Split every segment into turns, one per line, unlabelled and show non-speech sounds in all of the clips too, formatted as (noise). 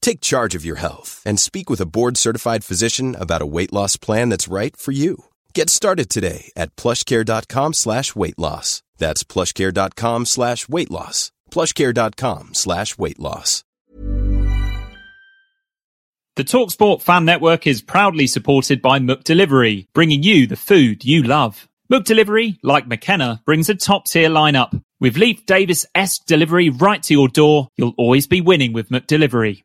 Take charge of your health and speak with a board-certified physician about a weight loss plan that's right for you. Get started today at plushcare.com slash weight loss. That's plushcare.com slash weight loss. plushcare.com slash weight loss.
The Talksport Fan Network is proudly supported by Mook Delivery, bringing you the food you love. Mook Delivery, like McKenna, brings a top tier lineup. With Leaf Davis esque delivery right to your door, you'll always be winning with Mook Delivery.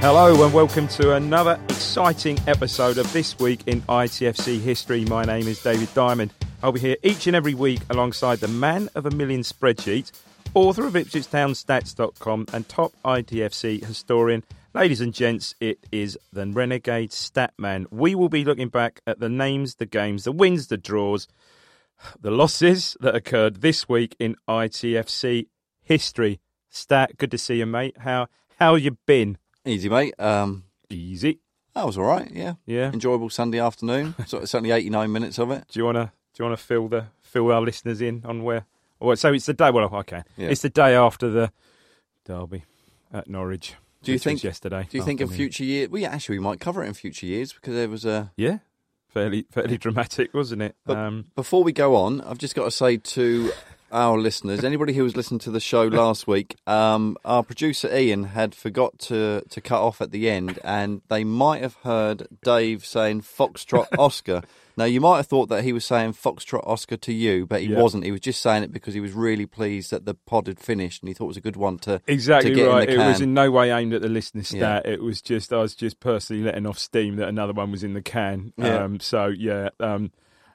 Hello and welcome to another exciting episode of This Week in ITFC History. My name is David Diamond. I'll be here each and every week alongside the man of a million spreadsheet, author of IpswichTownStats.com and top ITFC historian. Ladies and gents, it is the Renegade Statman. We will be looking back at the names, the games, the wins, the draws, the losses that occurred this week in ITFC history. Stat, good to see you, mate. How how you been?
Easy, mate. Um,
Easy.
that was all right. Yeah,
Yeah.
Enjoyable
(laughs)
Sunday afternoon. so it's only eighty-nine minutes of it.
Do you want to do you want to fill the fill our listeners in on where? Well, so it's the day. Well, I can.
Yeah.
It's the day after the derby at Norwich.
Do you
which was
think-
yesterday?
Do you think in
afternoon.
future years? Well, yeah, actually, we might cover it in future years because there was a.
Yeah, fairly fairly dramatic, wasn't it?
But
um,
before we go on, I've just got to say to our listeners, anybody who was listening to the show last week, um, our producer Ian had forgot to to cut off at the end, and they might have heard Dave saying "Foxtrot
(laughs)
Oscar." now, you might have thought that he was saying "Foxtrot Oscar" to you, but he
Yeah.
wasn't. He was just saying it because he was really pleased that the pod had finished, and he thought it was a good one to
exactly
to get
right.
In
It
the
was
can.
in no way aimed at the listeners.
Yeah.
Stat. It was just I was just personally letting off steam that another one was in the can.
Yeah.
Um, so yeah, um,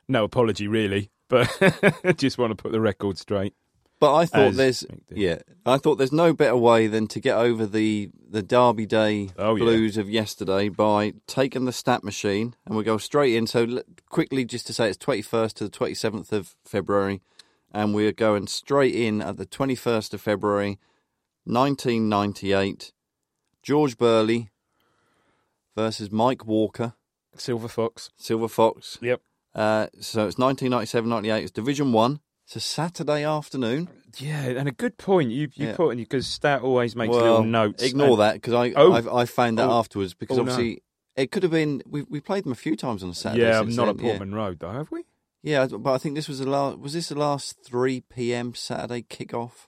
no apology really, but (laughs) just want to put the record straight.
But I thought
as
there's
expected.
yeah, I thought there's no better way than to get over the the Derby Day
Oh, yeah.
blues of yesterday by taking the stat machine and we go straight in. So l- quickly, just to say, it's 21st to the 27th of February, and we're going straight in at the 21st of February, 1998. George Burley versus Mike Walker,
Silver Fox.
Silver Fox.
Yep.
Uh, so it's 1997-98. It's Division One. It's a Saturday afternoon.
Yeah, and a good point you you
Yeah.
put in because Stat always makes little notes.
Ignore
and-
that because I,
Oh.
I've- I found that
Oh.
afterwards because
Oh, no.
obviously it could have been we we played them a few times on a Saturday.
Yeah,
since
not at
then, yeah.
Portman Road though, have we?
Yeah. I- but I think this was the last. Was this the last three p.m. Saturday kickoff?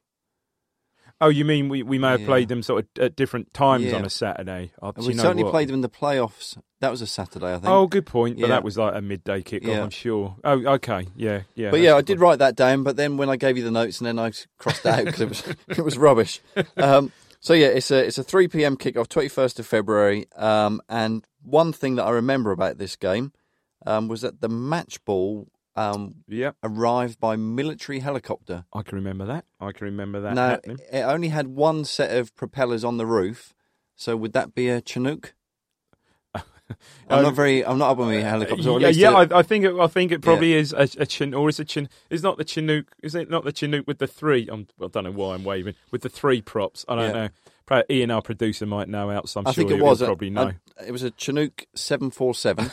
Oh, you mean we, we may have
Yeah.
played them sort of at different times
Yeah.
on a Saturday? I, do
And
you
we
know
certainly
what?
played them in the playoffs. That was a Saturday, I think.
Oh, good point. But
Yeah.
that was like a midday kickoff,
Yeah.
I'm sure. Oh, okay. Yeah, yeah.
but
that's
yeah,
a
I
good
did
point.
write that down. But then when I gave you the notes, and then I crossed it out because it was
(laughs)
it was rubbish. Um, so yeah, it's a it's a three p.m. kickoff, twenty first of February. Um, and one thing that I remember about this game um, was that the match ball um,
Yeah,
arrived by military helicopter.
I can remember that. I can remember that
now,
happening.
it only had one set of propellers on the roof, so would that be a Chinook?
(laughs)
I'm
Um,
not very. I'm not up on my helicopters. or at
yeah,
least
yeah
a-
I, I think it, I think it probably is a, a chin, or is a chin. Is not the Chinook? Is it not the Chinook with the three? I'm, I don't know why I'm waving with the three props. I don't
Yeah.
know. Probably Ian, our producer, might know out. So I'm
I
sure
think it
he'll
was. a-
probably
a-
know.
it was a Chinook
(laughs)
747,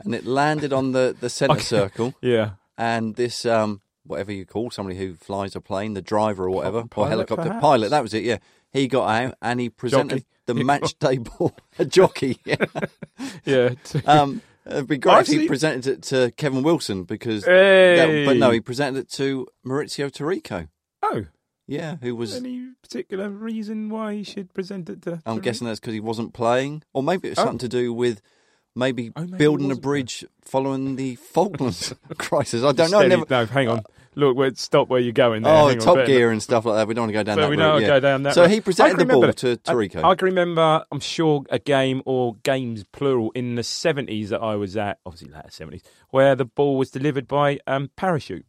and it landed on the the centre
Okay.
circle.
yeah,
And this, um, whatever you call somebody who flies a plane, the driver or whatever, or
pilot,
helicopter
perhaps?
pilot. That was it. Yeah, he got out
(laughs)
and he presented
Jockey.
(laughs) the match day ball. a jockey. yeah.
(laughs) yeah.
um, It'd be great
I've
if he
seen-
presented it to Kevin Wilson because.
Hey.
that- but no, he presented it to Maurizio Tarico.
Oh,
Yeah, who was.
any particular reason why he should present it to?
I'm
to-
guessing that's because he wasn't playing, or maybe it was
Oh.
something to do with maybe,
Oh, maybe he
building a
wasn't
bridge following the
(laughs)
Falklands (laughs) crisis. I don't know. I
Steady-
never,
No, hang on. Look, wait, stop where you're going. There.
oh,
Hang on,
Top
but-
Gear and stuff like that. We don't want to go down
So
that
we
route.
don't
yeah.
go down that.
So
route.
he
I can
presented the ball
remember-
to
I-
Tarico.
I, can remember, I'm sure, a game or games plural in the 70s that I was at, obviously later 70s, where the ball was delivered by um, parachute.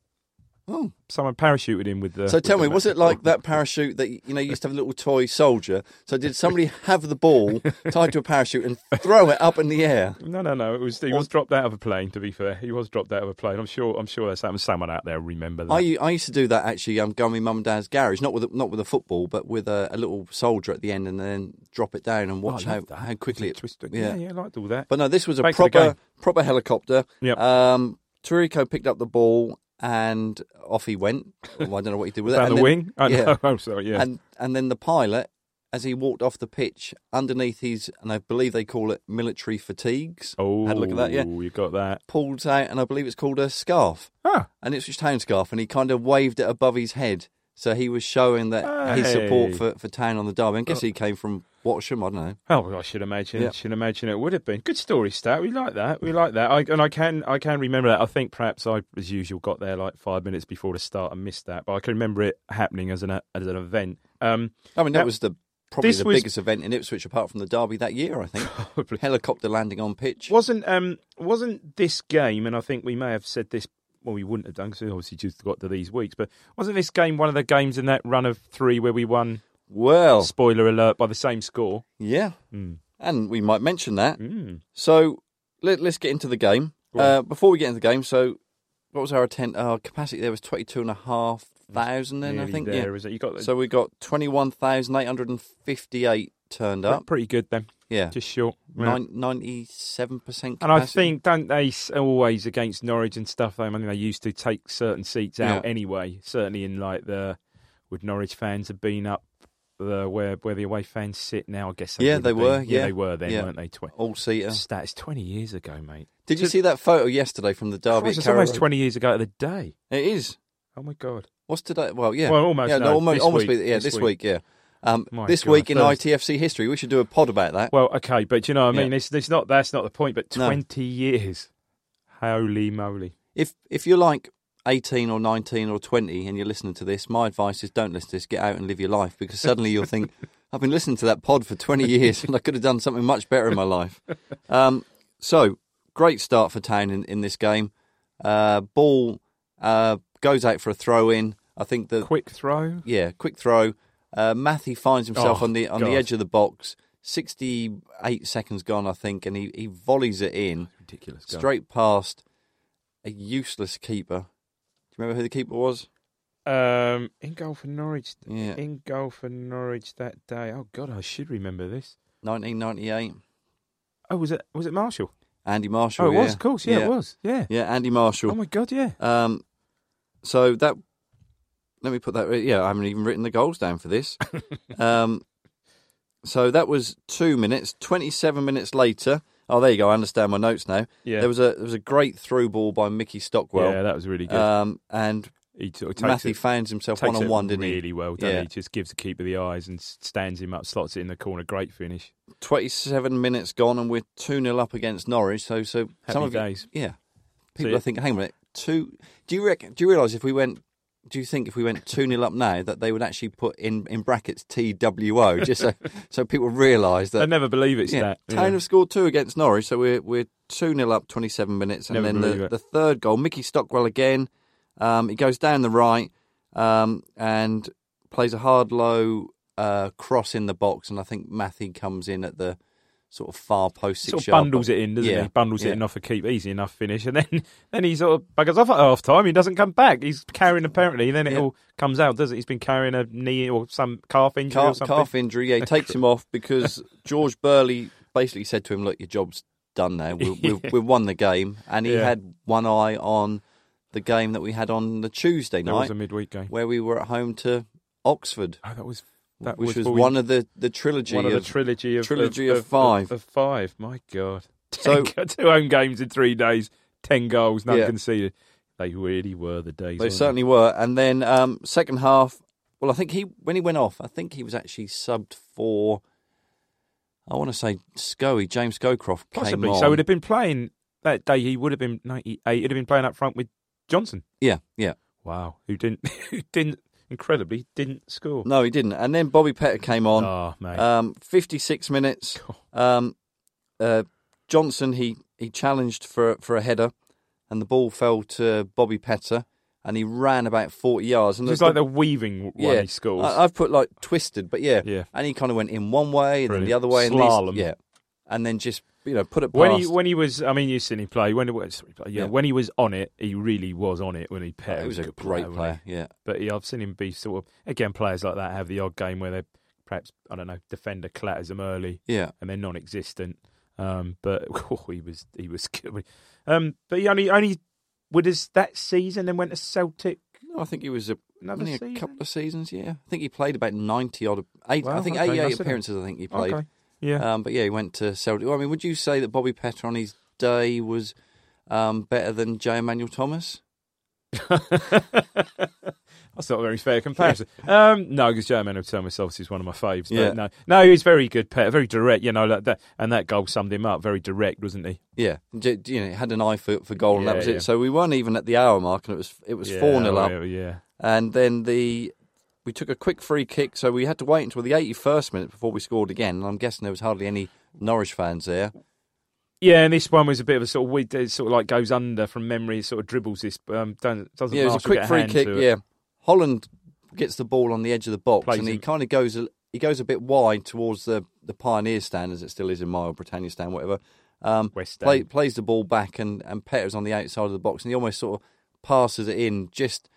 Oh.
Someone parachuted him with the.
So tell
with
me,
the
was
bat.
it like that parachute that you know you used to have a little toy soldier? So did somebody
(laughs)
have the ball tied to a parachute and throw it up in the air?
No, no, no. It was. He was dropped out of a plane. To be fair, he was dropped out of a plane. I'm sure. I'm sure that's happened. Someone out there remember that.
I, u- I used to do that actually. I'm um, going with mum and dad's garage, not with a, not with a football, but with a, a little soldier at the end, and then drop it down
Oh,
and watch how, how quickly it
twisted.
Yeah.
Yeah, yeah, I liked all that.
But no, this was a
Back to the
proper
game.
proper helicopter.
Yep.
Um, Tirico picked up the ball and off
(laughs)
he went. Oh, I don't know what he did with it.
Down
And
the
then-
wing. I
yeah.
know. (laughs) I'm sorry. Yeah.
And and then the pilot, as he walked off the pitch, underneath his and I believe they call it military fatigues.
oh,
had a look at that. Yeah,
You got that.
pulls out and I believe it's called a scarf,
Ah,
an Ipswich Town scarf, and he kind of waved it above his head, so he was showing that his support
Hey. Uh,
for, for Town on the derby. I guess he came from Watsham. I don't know.
Oh, I should imagine.
Yeah.
Should imagine it would have been good story, stat. We like that. We like that. I, and I can, I can remember that. I think perhaps I, as usual, got there like five minutes before the start and missed that, but I can remember it happening as an as an event. Um,
I mean, that
Now,
was the probably
this
the
was-
biggest event in Ipswich apart from the derby that year. I think helicopter landing on pitch.
wasn't um wasn't this game and i think we may have said this well we wouldn't have done because we obviously just got to these weeks but wasn't this game one of the games in that run of three where we won
Well,
spoiler alert by the same score
yeah,
Mm.
and we might mention that.
mm.
So let, let's get into the game. Uh, before we get into the game, so what was our attend? Our capacity there was twenty two and a half thousand. Then I
Nearly
think
there,
yeah.
is it you got
So we got twenty one thousand eight hundred and fifty eight turned
that
up.
pretty good then
Yeah,
just short Yeah.
ninety seven percent.
and I think don't they s- always against Norwich and stuff? Though I mean, they used to take certain seats out
Yeah.
anyway. Certainly in like the would Norwich fans have been up the where where the away fans sit now? I guess
Yeah,
would
they
have
were,
been.
yeah.
they were then,
Yeah. Oh,
weren't they? Tw-
all seater.
Stat is 20 years ago, mate.
Did you see that photo yesterday from the derby?
Christ,
at
it's almost
Carrow
20 years ago to the day.
Road? It is.
Oh my god.
What's today? Well, yeah,
Well, almost,
Yeah,
no,
almost,
this
almost
week,
be- yeah,
this
this
week.
week, yeah. Um,
My
this
God,
week in
Thursday.
ITFC history, we should do a pod about that.
Well, okay, but you know what I
Yeah.
mean? It's, it's not that's not the point, but
No.
20 years. Holy moly.
If if you're like 18 or 19 or 20 and you're listening to this, my advice is don't listen to this. Get out and live your life because suddenly you'll think, I've been listening to that pod for 20 years and I could have done something much better in my life. Um, so, great start for Town in, in this game. Uh, ball uh, goes out for a throw in. I think the
Quick throw.
yeah, quick throw. Uh, Matthew finds himself
Oh,
on the on
God.
the edge of the box. 68 seconds gone, I think, and he, he volleys it in
Ridiculous. goal.
straight past a useless keeper. Do you remember who the keeper was?
Um, in goal for Norwich.
Yeah.
In goal for Norwich that day. Oh god, I should remember this.
1998.
Oh, was it was it Marshall?
Andy Marshall.
oh, it
yeah.
was. Of course, yeah, it was. Yeah.
Yeah, Andy
Oh
Marshall.
my god, yeah.
Um, so that. Let me put that. Yeah, I haven't even written the goals down
(laughs)
for this. um, so that was two minutes. Twenty-seven minutes later. Oh, there you go. I understand my notes now.
Yeah.
There was a there was a great through ball by Mickey Stockwell.
yeah, that was really good.
Um, and
he sort of takes
Matthew
it-
finds himself
takes
one on
it
one, didn't
really
he?
well, doesn't
Yeah.
he? Just gives the keeper the eyes and s- stands him up, slots it in the corner. Great finish.
Twenty-seven minutes gone, and we're two 0 up against Norwich. So, so some
Happy
of you-
days.
yeah, people
So-
are thinking, hang on a minute. Two? Do you reckon? Do you realise if we went? Do you think if we went two 0 up now that they would actually put in in brackets TWO just so (laughs) so people realise
I
that?
never believe it's
Yeah,
that.
Town have scored two against Norwich, so we're we're two 0 up, twenty seven minutes, and
Never
then
believe
the,
it.
the third goal, Mickey Stockwell again. Um, he goes down the right um, and plays a hard low uh, cross in the box, and I think Matthew comes in at the sort of far post.
sort of
six-yard
bundles
box.
it in, doesn't
yeah.
he? Bundles
yeah.
it in off a keep, easy enough finish, and then (laughs) then he sort of buggers off at half time. He doesn't come back. He's carrying apparently, and then it
Yeah.
all comes out, does it? He's been carrying a knee or some calf injury or
calf,
something.
calf injury. Yeah, he takes him off
(laughs)
because George Burley basically said to him, "Look, your job's done
(laughs)
now. We, we, we won the game," and he
Yeah.
had one eye on the game that we had on the Tuesday
That
night,
was a midweek game.
where we were at home to Oxford,
Oh, that was that
which was
what we-
one of the the trilogy
one of the
of
trilogy of
trilogy of
of,
five.
of five. My God, (laughs)
So
two home games in three days, ten goals, none
Yeah.
conceded. They really were the days.
They
weren't
certainly were. And then um, second half, well, I think he when he went off, I think he was actually subbed for. I want to say Scoey, James Scowcroft came
Possibly.
on.
So he'd have been playing that day. He would have been ninety-eight. He'd have been playing up front with Johnson.
yeah, yeah.
Wow, who didn't? (laughs) Who didn't? Incredibly, didn't score.
No, he didn't. And then Bobby Petter came on.
Ah, mate.
Um, 56 minutes.
(laughs)
Um, uh, Johnson he he challenged for for a header, and the ball fell to Bobby Petter, and he ran about 40 yards. And
Just like the weaving one he scores.
I, I've put like twisted, but yeah,
Yeah.
And he kind of went in one way, then
Brilliant.
the other way, and these-
Slalom.
yeah, and then just you know put it past.
when he when he was, I mean, you've seen him play. When he was- sorry, play, yeah,
Yeah.
when he was on it, he really was on it. When he paired,
it was a
good
great
wasn't he?
player, yeah.
But yeah, I've seen him be sort of again players like that have the odd game where they perhaps I don't know defender clatters them early.
Yeah,
and they're non-existent. Um, but (laughs) he was he was good. Um, but he only only with us that season then went to Celtic.
No, I think he was a,
Another
only a
season?
couple of seasons. Yeah, I think he played about ninety odd, eight, I
Wow,
think
okay,
eighty-eight
that's it.
appearances. I think he played.
Oh, Okay, yeah.
Um, but yeah, he went to Celtic. Well, I mean, would you say that Bobby Petter on his day was um, better than J. Emmanuel Thomas?
(laughs) That's not a very fair
(laughs)
comparison. Um, no, because Joe Manuel Thomas obviously is one of my faves. But
Yeah.
no, no, he was very good, Pet, very direct. You know, like that, and that goal summed him up. Very direct, wasn't he?
Yeah, J- you know, he had an eye for, for goal, and that
Yeah,
was
yeah.
it. So we weren't even at the hour mark, and it was it was
Yeah,
four 0
oh,
up.
Yeah, yeah.
and then the we took a quick free kick, so we had to wait until the 81st minute before we scored again. And I'm guessing there was hardly any Norwich fans there.
Yeah, and this one was a bit of a sort of weird, it sort of like goes under from memory, it sort of dribbles this, um, don't, doesn't
yeah, it was a
Marshall
quick
get
free
hand
kick.
to it?
Yeah, Holland gets the ball on the edge of the box,
Plays
and he
him.
kind of goes a, he goes a bit wide towards the the Pioneer stand, as it still is in my or Britannia stand, whatever. Um,
West
play,
Stand.
plays the ball back, and and Petter's on the outside of the box, and he almost sort of passes it in, just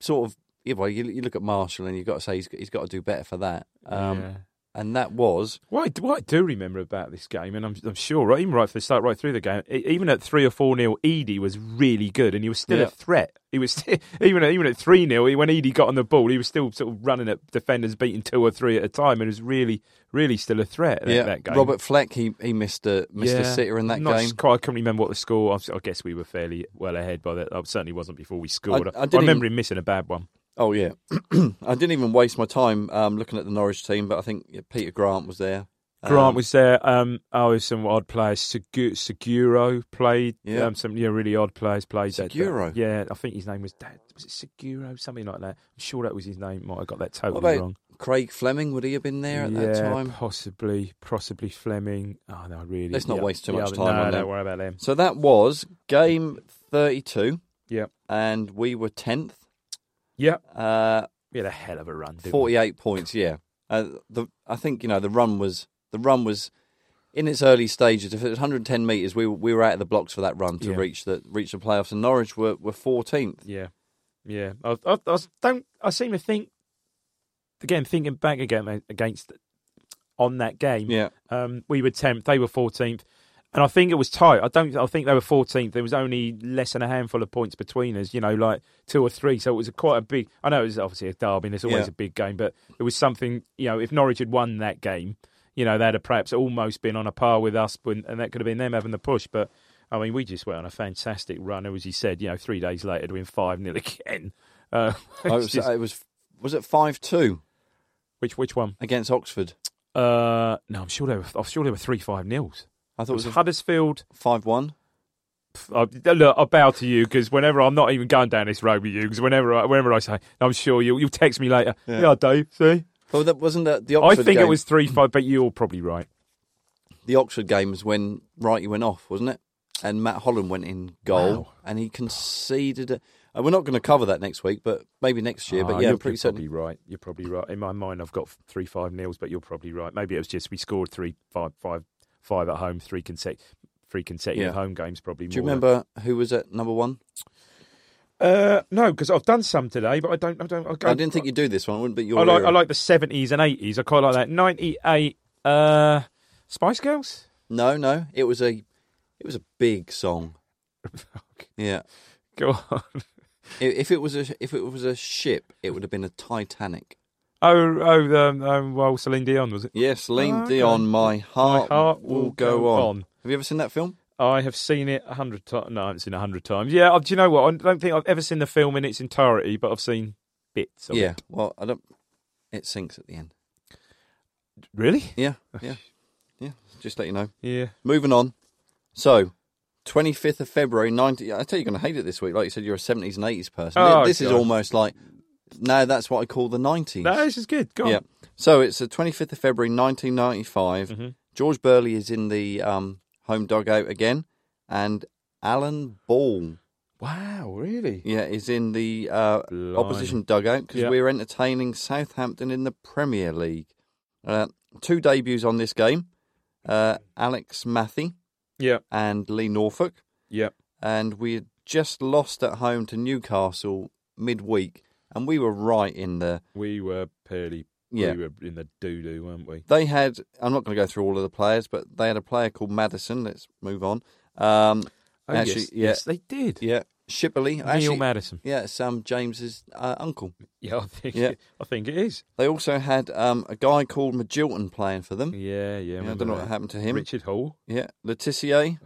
sort of. Yeah, well, you, you look at Marshall, and you've got to say he's, he's got to do better for that. Um,
Yeah.
And that was
What I, do- what I do remember about this game, and I'm, I'm sure, right, even right from the start, right through the game, e- even at three or four nil, Edie was really good, and he was still
Yeah.
a threat. He was still, (laughs) even at, even at three 0 when Edie got on the ball, he was still sort of running at defenders, beating two or three at a time, and was really, really still a threat. That, that game.
Robert Fleck, he he missed a missed a sitter in that
Not
game.
s- Quite, I can't remember what the score. I was- I guess we were fairly well ahead by that. I certainly wasn't before we scored.
I
I,
didn't
remember
even-
him missing a bad one.
Oh yeah, (clears throat) I didn't even waste my time um, looking at the Norwich team, but I think yeah, Peter Grant was there.
Grant
Um,
was there. Um, oh, there's some odd players. Segu- Seguro played.
Yeah.
Um, some yeah, really odd players played. that- that-
Seguro?
yeah, I think his name was Dad. Was it Seguro? Something like that. I'm sure that was his name. Might have got that
What
totally
about
wrong.
Craig Fleming? Would he have been there at
yeah,
that time?
possibly, possibly Fleming. Oh no, really.
Let's not
yeah,
waste too
the
much
other-
time
No,
on
don't
them.
worry about them.
So that was game thirty-two,
Yeah,
and we were tenth.
yeah.
Uh,
We had a hell of a run. Didn't we?
Forty-eight points. Yeah, uh, the I think you know the run was the run was. In its early stages, if it was 110 metres, we, were- we were out of the blocks for that run to
Yeah.
reach the reach the playoffs. And Norwich were, were 14th.
Yeah, yeah. I, I, I don't. I seem to think again thinking back again against on that game.
Yeah.
Um, we were tenth. They were fourteenth, and I think it was tight. I don't. I think they were fourteenth. There was only less than a handful of points between us. You know, like two or three. So it was a, quite a big. I know it was obviously a derby. and It's always
Yeah.
a big game, but it was something. You know, if Norwich had won that game, you know, they'd have perhaps almost been on a par with us, when, and that could have been them having the push. But I mean, we just went on a fantastic run. As you said, you know, three days later, doing five 0 again. Uh, (laughs)
Oh, it, was,
it's just-
it was was it five two
which which one?
against Oxford?
Uh, no, I'm sure they were. I'm sure they were three five nils.
I
It
thought it
was
was
Huddersfield.
five one.
I, uh, look, I bow to you because whenever I'm not even going down this road with you because whenever I, whenever I say I'm sure you you'll text me later. Yeah, Dave. See,
Oh, that wasn't that the Oxford
I think
game.
it was three five, but you're probably right.
the Oxford game was when Wrighty went off, wasn't it? And Matt Holland went in goal,
Wow.
and he conceded. A, uh, we're not going to cover that next week, but maybe next year.
Ah,
but yeah,
you're,
I'm pretty
you're
certain.
probably right. You're probably right. In my mind, I've got three five nils, but you're probably right. Maybe it was just we scored three five five five at home, three consec- three consecutive
Yeah.
home games. Probably.
Do you
more than-
remember who was at number one?
Uh, no, because I've done some today, but I don't. I don't. I, go,
I didn't think you'd do this one, wouldn't? But you
I like. I like the seventies and eighties. I quite like that. Ninety eight. Uh, Spice Girls.
No, no, it was a, it was a big song.
(laughs)
Yeah,
Go on.
I- if it was a if it was a ship, it would have been a Titanic.
Oh, oh, um, um, well, Celine Dion was it?
Yes, Celine
Okay.
Dion, Ah, my heart,
Heart
will go on. Have you ever seen that film?
I have seen it a hundred times. No, I haven't seen it a hundred times. Yeah, I, do you know what? I don't think I've ever seen the film in its entirety, but I've seen bits. Of
yeah.
it.
Well, I don't. It sinks at the end.
Really?
Yeah. Yeah. yeah. Just let you know.
Yeah.
Moving on. So, 25th of February, 90. I tell you, you're going to hate it this week. Like you said, you're a 70s and 80s person.
Oh,
this is
God.
almost like. No, that's what I call the 90s.
No, this is good. Go on.
Yeah. So it's the 25th of February, 1995. George Burley is in the um, home dugout again, and Alan Ball,
Wow, really?
yeah, is in the uh,
Blimey.
opposition dugout because
Yeah.
we're entertaining Southampton in the Premier League. Uh, two debuts on this game: uh, Alex Matthey
Yeah.
and Lee Norfolk.
Yeah.
And we had just lost at home to Newcastle midweek, and we were right in the
We were purely.
Yeah.
We were in the doo doo, weren't we?
They had. I'm not going to go through all of the players, but they had a player called Madison. Let's move on. Um, actually,
Oh, yes,
yeah,
yes, they did.
yeah, Shipley.
Neil
actually,
Madison.
Yeah, Sam James's uh, uncle.
Yeah, I think.
Yeah.
I think it is.
They also had um, a guy called Magilton playing for them.
Yeah, yeah.
Yeah, I
remember
don't know what
that.
happened to him.
Richard Hall.
Yeah, Letitia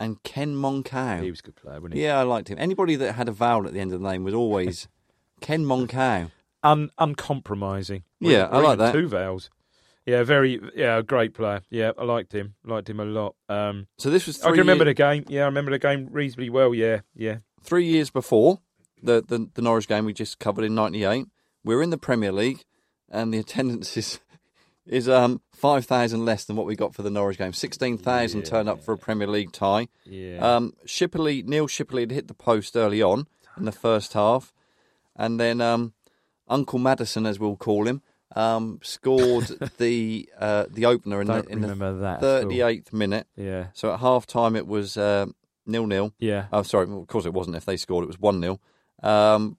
and Ken Moncow.
He was a good player, wasn't he?
yeah, I liked him. Anybody that had a vowel at the end of the name
(laughs)
was always Ken Moncow.
Un- uncompromising.
Yeah, I
Or
like
even
that.
Two vowels. Yeah, very. Yeah, great player. Yeah, I liked him. Liked him a lot. Um,
So this was.
I
Three
can remember
year-
the game. Yeah, I remember the game reasonably well. Yeah, yeah.
three years before the, the, the Norwich game we just covered in '98, we were in the Premier League, and the (laughs) attendance is is um five thousand less than what we got for the Norwich game. Sixteen thousand turned up for a Premier League tie.
Yeah.
Um, Shipley Neil Shipley had hit the post early on in the first half, and then um, Uncle Madison, as we'll call him, um,
(laughs)
scored the uh, the opener in
Don't
the in the
remember that. at all.
thirty eighth minute.
Yeah.
So at half time it was uh, nil nil.
Yeah.
Oh, sorry. Well, Of course, it wasn't. If they scored, it was one 0 um,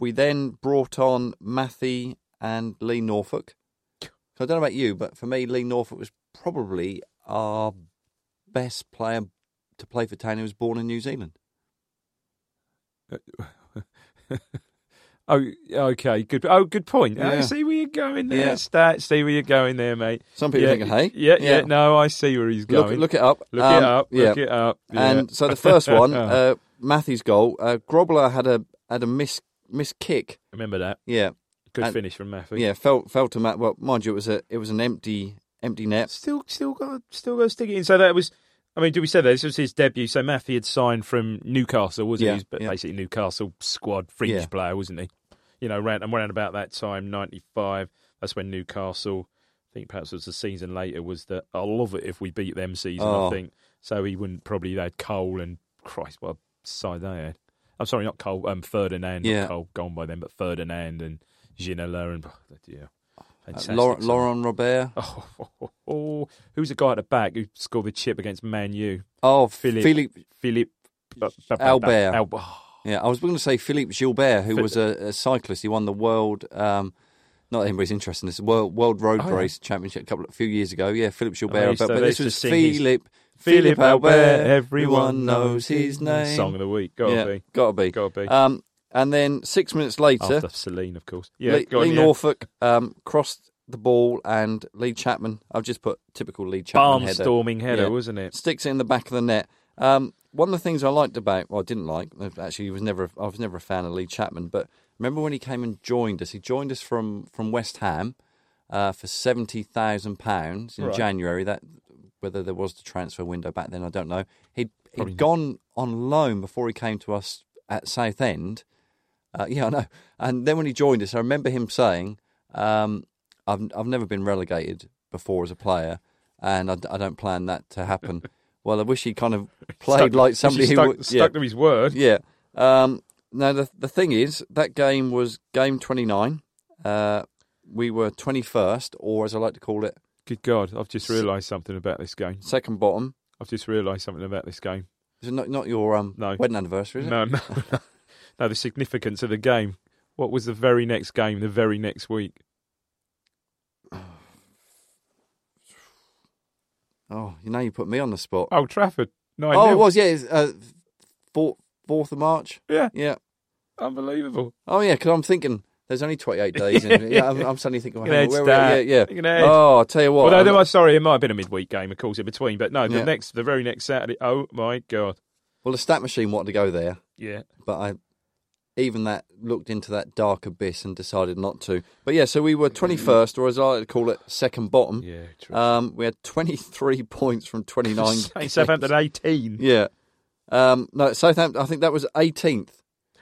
We then brought on Matthew and Lee Norfolk. So I don't know about you, but for me, Lee Norfolk was probably our best player to play for Tanya. who Was born in New Zealand.
Oh, okay. Good. Oh, good point. I
Yeah.
see where you're going there.
Yeah.
Stat. See where you're going there, mate.
Some people
yeah,
thinking, "Hey,
yeah, yeah,
yeah."
No, I see where he's
Look,
going.
look it up.
Look
Um,
it up.
yeah.
Look it up.
And
yeah. Oh, Uh-huh.
so the
(laughs)
first one, uh, Matthew's goal. Uh, Grobler had a had a miss miss kick.
remember that.
Yeah,
Good
and-
finish from Matthew.
yeah. Fell fell to Matt. Well, mind you, it was a it was an empty empty net.
Still, still got, still got to stick it in. So that was. I mean, did we say that this was his debut? So Matthew had signed from Newcastle, wasn't
Yeah,
he? He was ba-
yeah.
basically Newcastle squad fringe
Yeah.
player, wasn't he? You know, round and around about that time, ninety five. That's when Newcastle. I think perhaps it was the season later. Was that I love it if we beat them season. I
Oh.
think so. He wouldn't probably they had Cole and Christ, what a side they had. I'm sorry, not Cole. Um, Ferdinand.
Yeah.
Not Cole gone by then, but Ferdinand and Ginola and (sighs) yeah,
Uh,
fantastic.
Laur-
side.
Laurent Robert.
(laughs) Oh, who's the guy at the back who scored the chip against Man U?
Oh,
Philip.
Philippe.
Philippe ba- ba- ba-
Albert.
Al- oh,
Yeah, I was going to say Philippe Gilbert, who was a, a cyclist. He won the world. Um, not anybody's interested in this world world road
Oh, yeah.
race championship a couple a few years ago. Yeah, Philippe
I
Gilbert.
used
but,
to-
but
they
this was
used to sing his-
Philippe.
Philippe Albert. Everyone knows his name. Song of the week. Gotta
yeah,
be.
gotta be.
Gotta be.
Um, and then six minutes later,
After Celine, of course. Yeah,
Lee,
go on,
Lee
yeah.
Norfolk um, crossed the ball, and Lee Chapman. I've just put typical Lee Chapman header.
Barnstorming header,
Yeah.
wasn't it?
sticks it in the back of the net. Um, one of the things I liked about, well, I didn't like uh, actually. He was never, I was never a fan of Lee Chapman. But remember when he came and joined us? He joined us from from West Ham uh, for seventy thousand pounds in
Right.
January. That whether there was the transfer window back then, I don't know. He'd he'd gone on loan before he came to us at Southend. Uh, yeah, I know. And then when he joined us, I remember him saying, um, "I've I've never been relegated before as a player, and I, d- I don't plan that to
(laughs)
happen." well, I wish he kind of played
Stuck-
like somebody
He's
who
stuck,
would-
stuck to his word.
yeah, yeah. Um, now the the thing is, that game was game twenty nine. Uh, we were twenty first, or as I like to call it,
Good God, I've just realised something about this game.
second bottom.
I've just realised something about this game.
Is it not not your um,
No.
wedding anniversary? Is it?
No, no,
(laughs)
no. The significance of the game. What was the very next game? The very next week.
Oh, you know you put me on the spot.
Oh, Trafford. Nine.
oh, it was yeah, it's, uh, fourth fourth of March.
Yeah,
Yeah.
unbelievable.
Oh yeah, because I'm thinking There's only 28 days in it. Yeah, I'm, I'm suddenly thinking, well,
(laughs) You can
hang
edge
on, where
that.
were we? Yeah,
You can
yeah.
edge.
Oh, I'll tell you what.
Although,
I'm-
there was, sorry, it might have been a midweek game, of course, in between. But no, the
Yeah.
next, the very next Saturday. Oh my god!
well, the stat machine wanted to go there,
Yeah,
but I even that looked into that dark abyss and decided not to. But yeah, so we were 21st, or as I like to call it, second bottom.
yeah. True.
Um, we had 23 (laughs) points from 29.
(laughs) Southampton eighteen.
Yeah. Um, no, Southampton. I think that was 18th.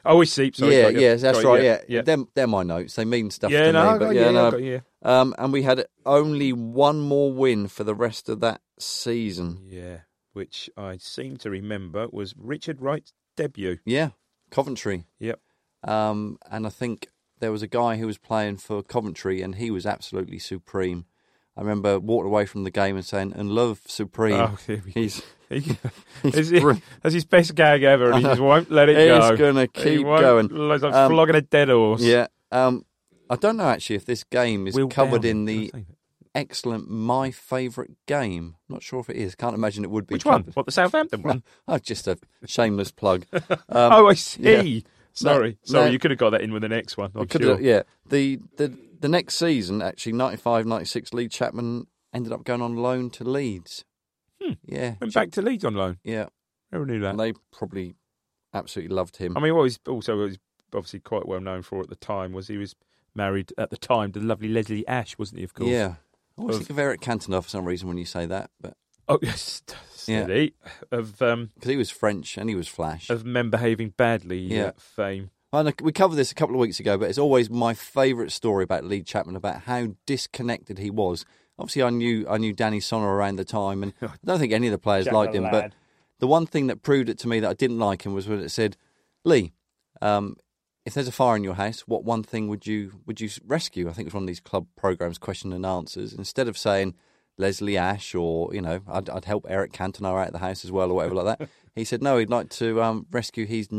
Oh, it's Seep. Sorry,
yeah,
sorry,
yeah, that's
sorry,
right. Yeah,
yeah.
They're, they're my notes. They mean stuff
Yeah,
to
no,
me.
I got-
But
yeah,
yeah,
I
no.
got- yeah.
Um, and we had only one more win for the rest of that season.
Yeah, which I seem to remember was Richard Wright's debut.
Yeah, Coventry.
Yep.
Um, and I think there was a guy who was playing for Coventry, and he was absolutely supreme. I remember walked away from the game and saying, "And love supreme."
Oh, here we go.
(laughs) He's (laughs)
It's- that's his best gag ever, and he just won't let it go.
It's gonna
He
keep
won't-
going.
It's like
Um,
flogging a dead horse.
yeah. Um, I don't know actually if this game is
Will
covered
Downing,
in
did I
the
say that?
excellent My Favorite Game. Not sure if it is. Can't imagine it would be.
Which one?
covered.
What the Southampton
(laughs)
one?
Oh, just a shameless
(laughs)
plug. Um,
oh, I see. Sorry,
No,
sorry,
no.
you could have got that in with the next one. I'm
Could
sure.
have- yeah. The, the the next season, actually, 95 96, Lee Chapman ended up going on loan to Leeds.
Hmm.
Yeah.
Went back to Leeds on loan.
Yeah.
Never knew that.
And they probably absolutely loved him.
I mean, what he's also what he's obviously quite well known for at the time was he was married at the time to the lovely Leslie Ash, wasn't he? Of course.
yeah. I always
Of-
think of Eric Cantona for some reason when you say that, but
Oh (laughs) yes, steady of um
because he was French and he was Flash.
of men behaving badly. Yeah.
Yeah.
Fame.
And we covered this a couple of weeks ago, but it's always my favourite story about Lee Chapman about how disconnected he was. Obviously, I knew I knew Danny Sonner around the
(laughs)
time, and I don't think any of the players
Jack
liked
the
him.
lad.
But the one thing that proved it to me that I didn't like him was when it said, "Lee, um, if there's a fire in your house, what one thing would you would you rescue?" I think it was one of these club programs, question and answers. Instead of saying Leslie Ash or you know, I'd, I'd help Eric Cantona out of the house as well or whatever like that. He said no, he'd like to um, rescue his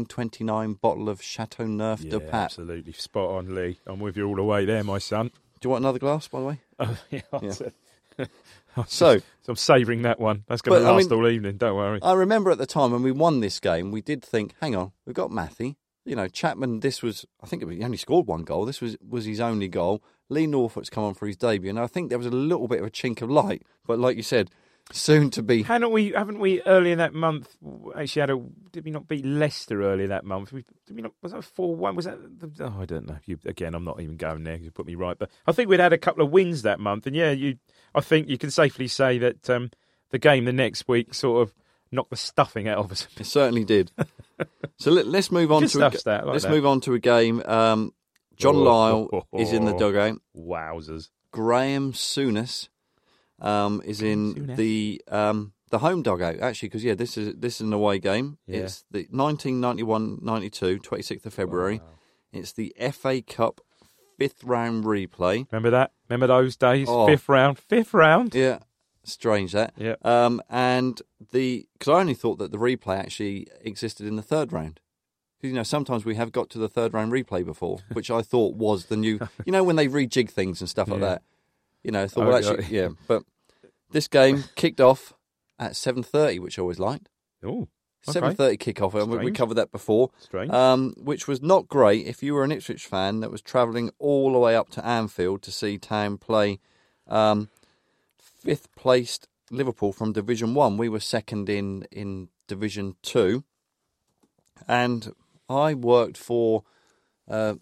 1929 bottle of Chateau Neuf de
Yeah,
Pat.
absolutely spot on, Lee. I'm with you all the way there, my son. (laughs)
Do you want another glass, by the way?
Oh, yeah,
Yeah.
I'm
So-
just- I'm savouring that one. That's going to
But, I
last
mean-
all evening. Don't worry.
I remember at the time when we won this game, we did think, hang on, we've got Matthew. You know, Chapman, this was, I think it was, he only scored one goal. This was, was his only goal. Lee Norfolk's come on for his debut. And I think there was a little bit of a chink of light. But like you said, soon to be.
Haven't we? Haven't we? Earlier that month, actually had a. Did we not beat Leicester earlier that month? We, did we not? Was that four one? Was that? The, oh, I don't know. You again. I'm not even going there 'cause you put me right. But I think we'd had a couple of wins that month, and yeah, you. I think you can safely say that um, the game the next week sort of knocked the stuffing out of us. (laughs)
It certainly did. so let, us move on
Good
to
stuff,
a,
Stat, I like
let's
that. Oh.
move on to a game. Um, John Lyle is
(laughs)
in the dugout.
Wowzers!
Graham Souness um, is in
Souness.
the um, the home dugout actually because yeah this is this is an away game.
Yeah.
It's the 1991-92, 26th of February. It's the FA Cup fifth round replay.
Remember that? Remember those days?
Oh.
Fifth round. Fifth round.
Yeah, strange that.
Yeah.
Um, and the because I only thought that the replay actually existed in the third round. 'Cause, You know, sometimes we have got to the third round
(laughs)
replay before, which I thought was the new. You know, when they rejig things and stuff like
Yeah.
that. You know, I thought
Oh,
well,
yeah.
actually, yeah. But this game kicked off at seven thirty, which I always liked.
Oh, okay.
Seven thirty kickoff, and we, we
Strange.
covered that before.
Strange.
Um, which was not great if you were an Ipswich fan that was travelling all the way up to Anfield to see Town play um, fifth placed Liverpool from Division One. We were second in in Division Two, and I worked for uh,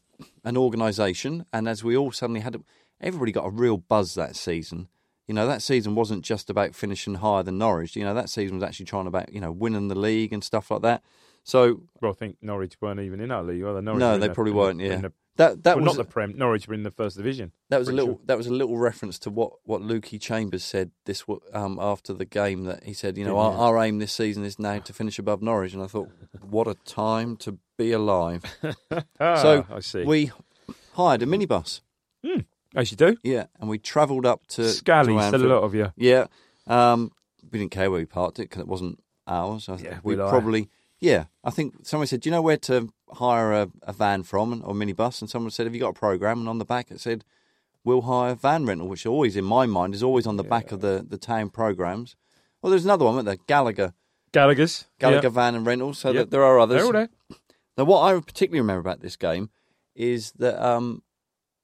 an organisation, and as we all suddenly had, a, everybody got a real buzz that season. You know, that season wasn't just about finishing higher than Norwich. You know, that season was actually trying about, you know, winning the league and stuff like that. So
Well, I think Norwich weren't even in our league. Were they? Norwich were
no,
in
they
the-
probably
in the-
weren't. Yeah,
in the-
that that
well,
was
not the Prem. Norwich were in the first division.
that was a
pretty
little that was a little reference to what what Lukey Chambers said this wa- um after the game that he said, you know, our, our aim this season is now to finish above Norwich, and I thought, what a time to be alive.
Ah,
so
I see.
we hired a minibus,
As you do.
yeah, and we travelled up to
Scally, still
to
a
Anfield.
lot of you.
Yeah, um, we didn't care where we parked it because it wasn't ours. I
Yeah,
think we
will I?
probably yeah. I think someone said, "Do you know where to hire a, a van from or minibus?" And someone said, "Have you got a program?" And on the back it said, "We'll hire van rental," which always in my mind is always on the back of the the town programs. Well, there's another one, wasn't there? Gallagher,
Gallagher's.
Gallagher
Yeah.
Van and Rental. So
Yeah.
that there are others.
They're all there.
Now, what I particularly remember about this game is that um,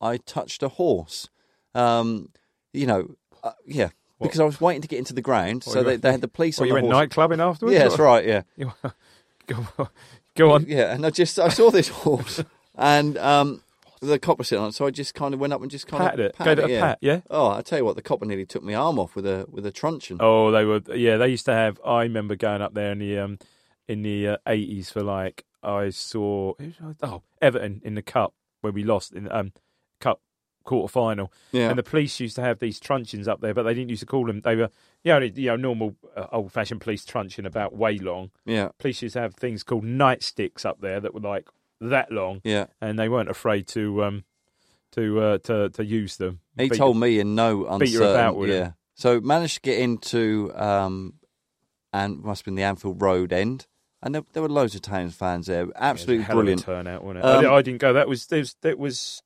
I touched a horse. Um, you know, uh, yeah, because I was waiting to get into the ground, so
you
they,
went-
they had the police
Well,
on
you
the
went
horse.
nightclubbing afterwards?
yeah, that's
or-
right. Yeah,
(laughs) go on. Go on.
yeah, and I just I saw this (laughs) horse, and um, the cop was sitting on it, so I just kind of went up and just kind
Patted
of
it. Gave it a
yeah.
pat, yeah?
Oh, I tell you what, the cop nearly took my arm off with a with a truncheon.
Oh, they were. Yeah, they used to have. I remember going up there in the um, in the eighties for like. I saw oh Everton in the cup when we lost in um cup quarter final.
Yeah.
And the police used to have these truncheons up there, but they didn't used to call them. They were you know, you know normal uh, old fashioned police truncheon about way long.
Yeah,
Police used to have things called nightsticks up there that were like that long,
yeah.
and they weren't afraid to um to uh, to to use them.
He
Beat-
told me in no uncertain.
beat you about with it.
yeah. So managed to get into um, and must have been the Anfield Road end, and there, there were loads of Towns fans there. Absolutely
Hell of a
brilliant.
turnout, wasn't it?
Um,
I, di- I didn't go. That was that was. That was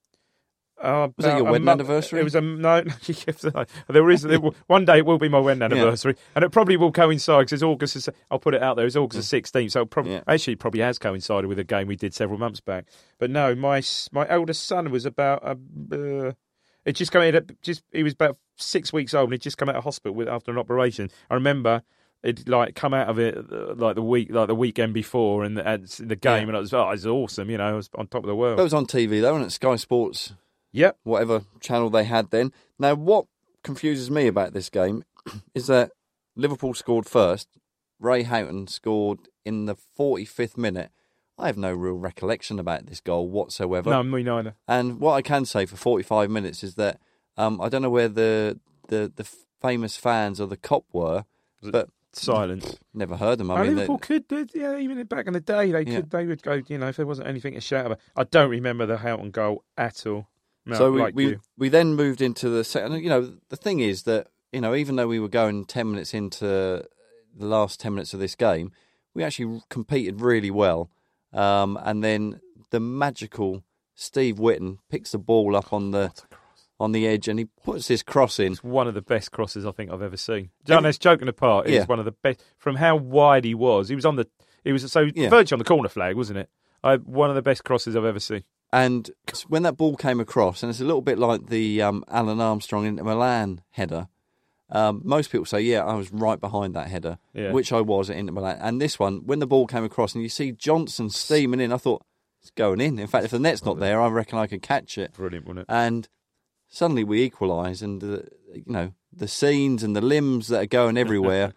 uh,
Was it
about
your
a
wedding
month-
anniversary?
It was a no. (laughs) there is there, will- one day it will be my wedding anniversary, and it probably will coincide because it's August. the se- I'll put it out there. It's August the sixteenth, so it probably
Yeah.
actually it probably has coincided with a game we did several months back. But no, my s- my eldest son was about uh, uh, it just came out. Just he was about six weeks old, and he'd just come out of hospital with after an operation. I remember. It like come out of it uh, like the week, like the weekend before, and the, and the game, and I was, oh, it was awesome. You know, I was on top of the world.
That was on TV though, and at Sky Sports,
Yep.
whatever channel they had then. Now, what confuses me about this game (clears throat) is that Liverpool scored first. Ray Houghton scored in the 45th minute. I have no real recollection about this goal whatsoever.
No, me neither.
And what I can say for 45 minutes is that um, I don't know where the, the the famous fans or the cop were, but
Silence.
never heard them. I
Oh,
mean, they-
Liverpool could, did, yeah, even back in the day, they
Yeah.
could, they would go. You know, if there wasn't anything to shout about, I don't remember the Houghton goal at all. No,
so we
like
we,
you.
we then moved into the second. You know, the thing is that you know, even though we were going 10 minutes into the last 10 minutes of this game, we actually competed really well. Um, and then the magical Steve Witten picks the ball up on the on the edge and he puts his cross in.
It's one of the best crosses I think I've ever seen. John, that's joking apart. It
Yeah.
was one of the best from how wide he was. He was on the, he was so
Yeah.
virtually on the corner flag, wasn't it? I, one of the best crosses I've ever seen.
And when that ball came across, and it's a little bit like the um, Alan Armstrong into Milan header, um, most people say, yeah, I was right behind that header,
Yeah.
which I was at Inter Milan. And this one, when the ball came across and you see Johnson steaming in, I thought, it's going in. In fact, if the net's not there, I reckon I could catch it.
Brilliant, wasn't it?
And suddenly we equalise and, uh, you know, the scenes and the limbs that are
(laughs)
going everywhere.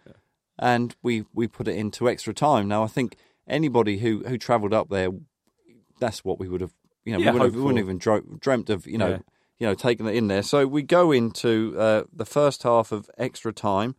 and we, we put it into extra time. Now, I think anybody who, who travelled up there, that's what we would have, you know,
Yeah,
we, wouldn't, we
hopeful.
wouldn't even dro- dreamt of, you know,
Yeah.
you know, taking it in there. So we go into uh, the first half of extra time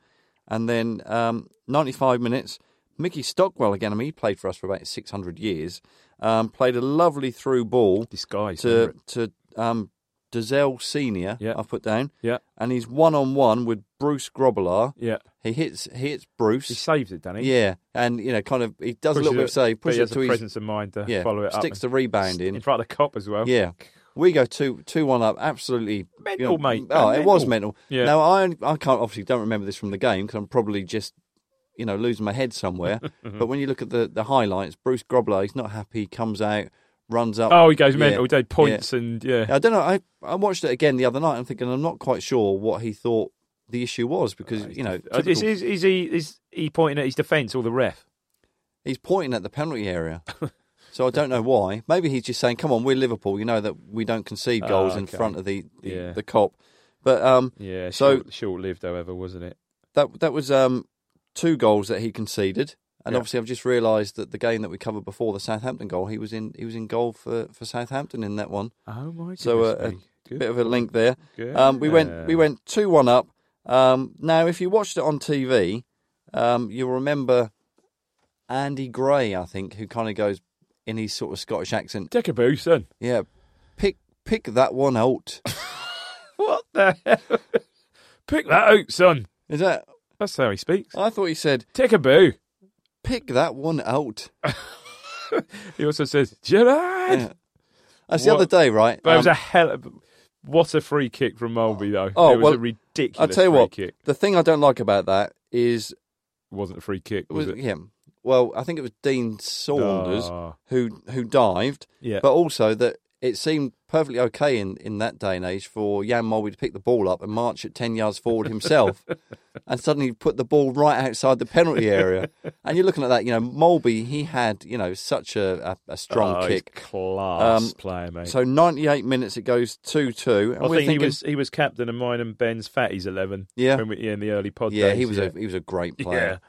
and then um, 95 minutes. Mickey Stockwell, again, I mean, he played for us for about 600 years, um, played a lovely through ball
Disguise.
to to um Dazelle Senior.
Yeah.
I've put down.
Yeah.
and he's one on one with Bruce Grobbelaar.
yeah,
He hits he hits Bruce.
he saved it, Danny.
yeah, and you know, kind of he does a little bit of save,
but he
pushes
has
it to
a
his
presence of mind to
yeah,
follow it up.
sticks the rebound
in
in.
front of the cop as well.
Yeah. We go two two one up, absolutely
Mental, mate.
Oh, it was
Mental.
mental.
Yeah.
Now I I can't obviously don't remember this from the game because I'm probably just you know losing my head
(laughs)
somewhere.
Mm-hmm.
but when you look at the, the highlights, Bruce Grobbelaar, he's not happy. He comes out, runs up.
Oh, he goes
Yeah.
mental. They
Yeah.
points and yeah.
I don't know. I, I watched it again the other night. I'm thinking I'm not quite sure what he thought the issue was because you know
Uh, Is,
typical-
is, is he is he pointing at his defence or the ref?
he's pointing at the penalty
(laughs)
area. So I don't know why. Maybe he's just saying, "Come on, we're Liverpool. You know that we don't concede goals in
Ah, okay.
front of the the,
Yeah.
the cop." But um,
Yeah.
So-
short, short-lived, however, wasn't it?
that that was um, two goals that he conceded, and
Yeah.
obviously I've just realised that the game that we covered before the Southampton goal, he was in he was in goal for, for Southampton in that one.
Oh my goodness.
So uh,
me.
a
Good.
bit of a link there.
Good.
Um, we went we went two one up. Um, now, if you watched it on TV, um, you'll remember Andy Gray, I think, who kind of goes in his sort of Scottish accent.
Deckaboo, son.
Yeah, pick pick that one
(laughs)
out.
What the hell? Pick that out, son.
Is that?
That's how he speaks.
I thought he said
Deckaboo.
pick that one out.
He also says Gerard.
Yeah. That's the
What-
other day, right?
But it was
Um,
a hell. Of, what a free kick from Mulby though.
Oh,
it was
well,
a ridiculous.
I'll tell you
free
what.
Kick.
The thing I don't like about that is
It wasn't a free kick,
it was,
was,
was
it?
him. Well, I think it was Dean Saunders
Ah.
who who dived.
Yeah.
But also that it seemed perfectly okay in, in that day and age for Jan Mulby to pick the ball up and march at 10 yards
(laughs)
forward himself and suddenly put the ball right outside the penalty area. And you're looking at that, you know, Mulby, he had, you know, such a, a, a strong
Oh, he's
kick.
class
Um,
player, mate.
So 98 minutes, it goes 2 2. And
I
we're
think he
thinking-
was he was captain of mine and Ben's fatties eleven.
Yeah.
when we, yeah, in the early pod
Yeah,
days,
he was a he was a great
yeah.
player.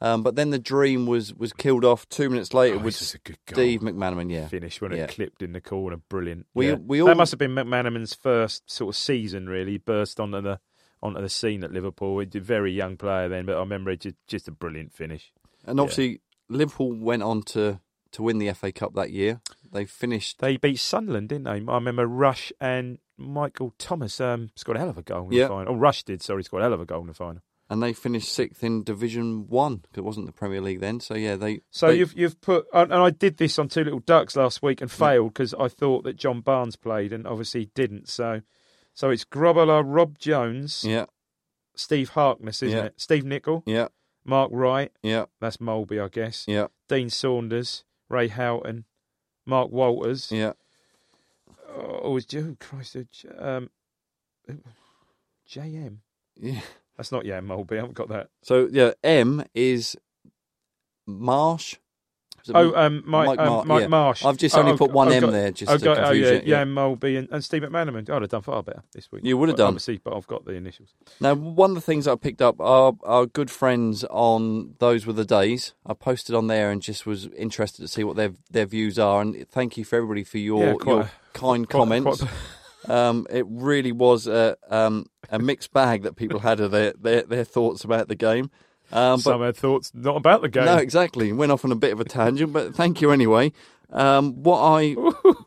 Um, but then the dream was was killed off two minutes
Oh,
later with
this is a good goal.
Steve McManaman. Yeah,
finish when
Yeah.
it clipped in the corner. Brilliant.
We-
Yeah.
we all-
that must have been McManaman's first sort of season. Really, he burst onto the onto the scene at Liverpool. He's a very young player then, but I remember it just, just a brilliant finish.
and obviously Liverpool went on to to win the FA Cup that year. They finished.
They beat Sunderland, didn't they? I remember Rush and Michael Thomas um, scored a hell of a goal in
Yeah.
the final. Oh, Rush did. Sorry, scored a hell of a goal in the final.
and they finished sixth in Division One 'cause it wasn't the Premier League then. So yeah, they.
So
they-
you've you've put and and I did this on Two Little Ducks last week and failed because I thought that John Barnes played and obviously he didn't. So so it's Grobbler, Rob Jones,
yeah,
Steve Harkness, isn't
Yeah.
it? Steve Nickel,
yeah,
Mark Wright,
yeah,
that's Mulby, I guess.
yeah,
Dean Saunders, Ray Houghton, Mark Walters.
yeah.
Oh, is oh Christ, uh, J- um, (sighs) JM.
yeah.
That's not Jan Mulby. I haven't got that.
So yeah, M is Marsh. Is it
Oh, um, Mike,
Mike
um,
Mar-
Mike
yeah.
Marsh.
I've just
Oh,
only
I've
put
got-
one
I've
M
got-
there just
I've
to
got,
confuse
oh, yeah,
it, yeah.
Jan Mulby and, and Steve McManaman. I'd have done far better this week.
You would have
But
done.
Obviously, but I've got the initials.
Now, one of the things I picked up are our good friends on those were the days. I posted on there and just was interested to see what their their views are. And thank you for everybody for your,
Yeah, quite
your
a-
kind
quite-
comments.
(laughs) quite
um, it really was a um, a mixed bag that people had of their, their, their thoughts about the game. Um, but
Some had thoughts not about the game.
no, exactly. Went off on a bit of a tangent, but thank you anyway. Um, what
(laughs)
I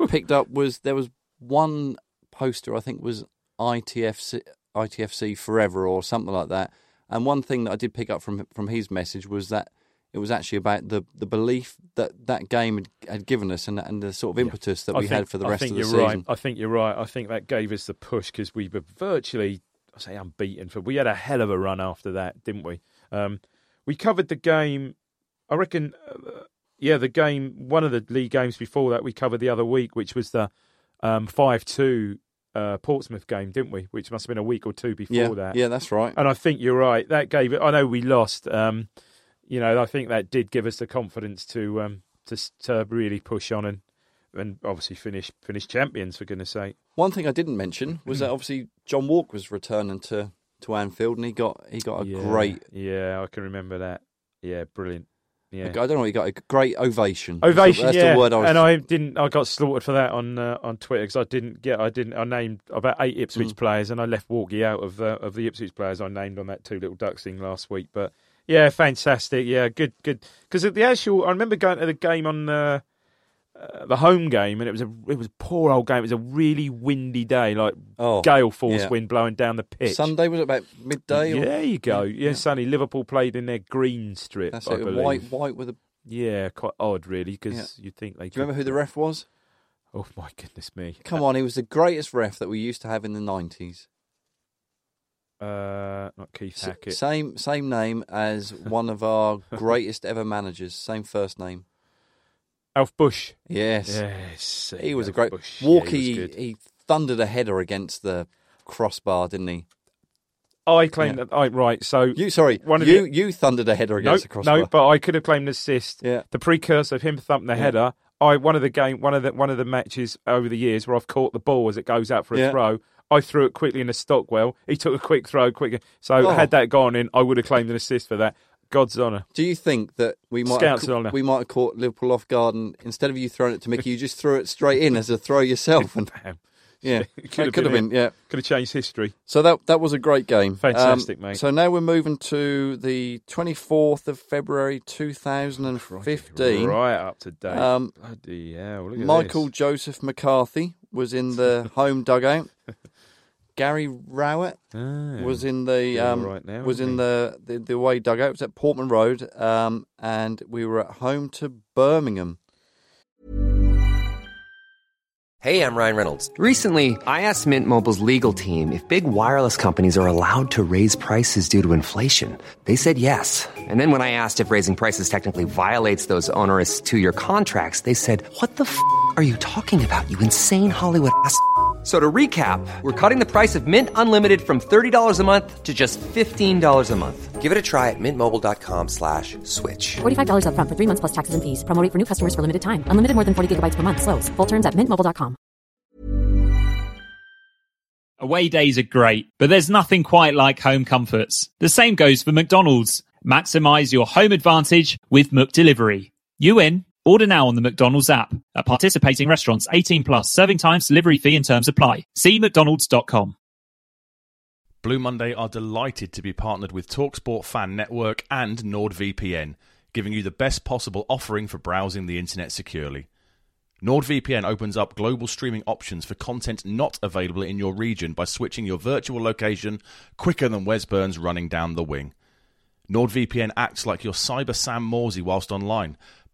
picked up was there was one poster I think was ITFC ITFC forever or something like that. And one thing that I did pick up from from his message was that it was actually about the, the belief that that game had, had given us and and the sort of impetus that
I
we had
think-
for the
I
rest of
think
the
you're
season.
Right. I think you're right. I think that gave us the push because we were virtually, I say, unbeaten. For we had a hell of a run after that, didn't we? Um, we covered the game. I reckon, uh, yeah, the game. One of the league games before that we covered the other week, which was the um, five-two uh, Portsmouth game, didn't we? Which must have been a week or two before
Yeah,
that. Uh,
yeah, that's right.
And I think you're right. That gave it. I know we lost. Um, you know, I think that did give us the confidence to um, to s- to really push on and and obviously finish finish champions for goodness sake.
One thing I didn't mention was that obviously John Walk was returning to, to Anfield and he got he got a
Yeah.
great
Yeah, I can remember that. Yeah, brilliant. Yeah.
I don't know. He got a great ovation. That's the-
Ovation,
That's
yeah,
the word I was.
and I didn't. I got slaughtered for that on uh, on Twitter because I didn't get. I didn't. I named about eight Ipswich
Mm.
players, and I left Walkie out of uh, of the Ipswich players I named on that two little ducks thing last week. But yeah, fantastic. Yeah, good, good. Because the actual, I remember going to the game on the uh, the home game, and it was a it was a poor old game. It was a really windy day, like
Oh,
gale force
yeah.
wind blowing down the pitch.
Sunday was it about midday. Or,
There you go. Yeah, Sonny. Liverpool played in their green strip.
that's
I
it.
believe.
White, white with a. Do
Yeah, quite odd, really, because
Yeah.
you'd think they.
you remember who the ref was?
Oh my goodness me!
Come on, he was the greatest ref that we used to have in the nineties.
Uh, not Keith Hackett.
Same, same name as one
(laughs)
of our greatest ever managers. Same first name.
Alf Bush.
Yes,
Yes,
he was a
Alf
great.
Bush. Yeah, Oh, he was
Walkie, he,
good.
thundered a header against the crossbar, didn't he?
I claim
yeah.
that. I right. So
You sorry,
One of
you
the-
you thundered a header
no,
against the crossbar.
no, but I could have claimed an assist.
Yeah.
The precursor of him thumping the header. I one of the game, one of the one of the matches over the years where I've caught the ball as it goes out for a
Yeah.
throw. I threw it quickly in a Stockwell. He took a quick throw, quick. So
Oh.
had that gone in, I would have claimed an assist for that. God's honour.
Do you think that we might
Scouts
have,
and all that.
we might have caught Liverpool off guard and instead of you throwing it to Mickey, you just threw it straight in as a throw
(laughs)
yourself? And
Bam.
yeah,
It
that could have been,
it.
yeah.
Could have changed history.
So that that was a great game, Um,
Fantastic, mate.
So now we're moving to the twenty fourth of February two thousand and fifteen.
Right up to date.
Um,
Bloody hell. Look at
Michael
this.
Joseph McCarthy was
(laughs)
in the home dugout. Gary Rowett
Ah.
was in the
all
um,
right now,
was
isn't
in
he?
the, the the away dugout. It was at Portman Road, um, and we were at home to Birmingham.
Hey, I'm Ryan Reynolds. Recently, I asked Mint Mobile's legal team if big wireless companies are allowed to raise prices due to inflation. They said yes. And then when I asked if raising prices technically violates those onerous two year contracts, they said, What the f are you talking about, you insane Hollywood ass? f- So to recap, we're cutting the price of Mint Unlimited from $30 a month to just $15 a month.
Give it a try at mintmobile.com slash switch.
$45 up front for three months plus taxes and fees. Promoting for new customers for limited time. Unlimited more than 40 gigabytes per month. Slows. Full terms at mintmobile.com.
Away days are great, but there's nothing quite like home comforts. The same goes for McDonald's. Maximize your home advantage with Mook Delivery. You in? Order now on the McDonald's app. At participating restaurants, 18 plus serving times, delivery fee and terms apply. See mcdonalds.com.
Blue Monday are delighted to be partnered with Talksport Fan Network and NordVPN, giving you the best possible offering for browsing the internet securely. NordVPN opens up global streaming options for content not available in your region by switching your virtual location quicker than Wes Burns running down the wing. NordVPN acts like your cyber Sam Morsey whilst online,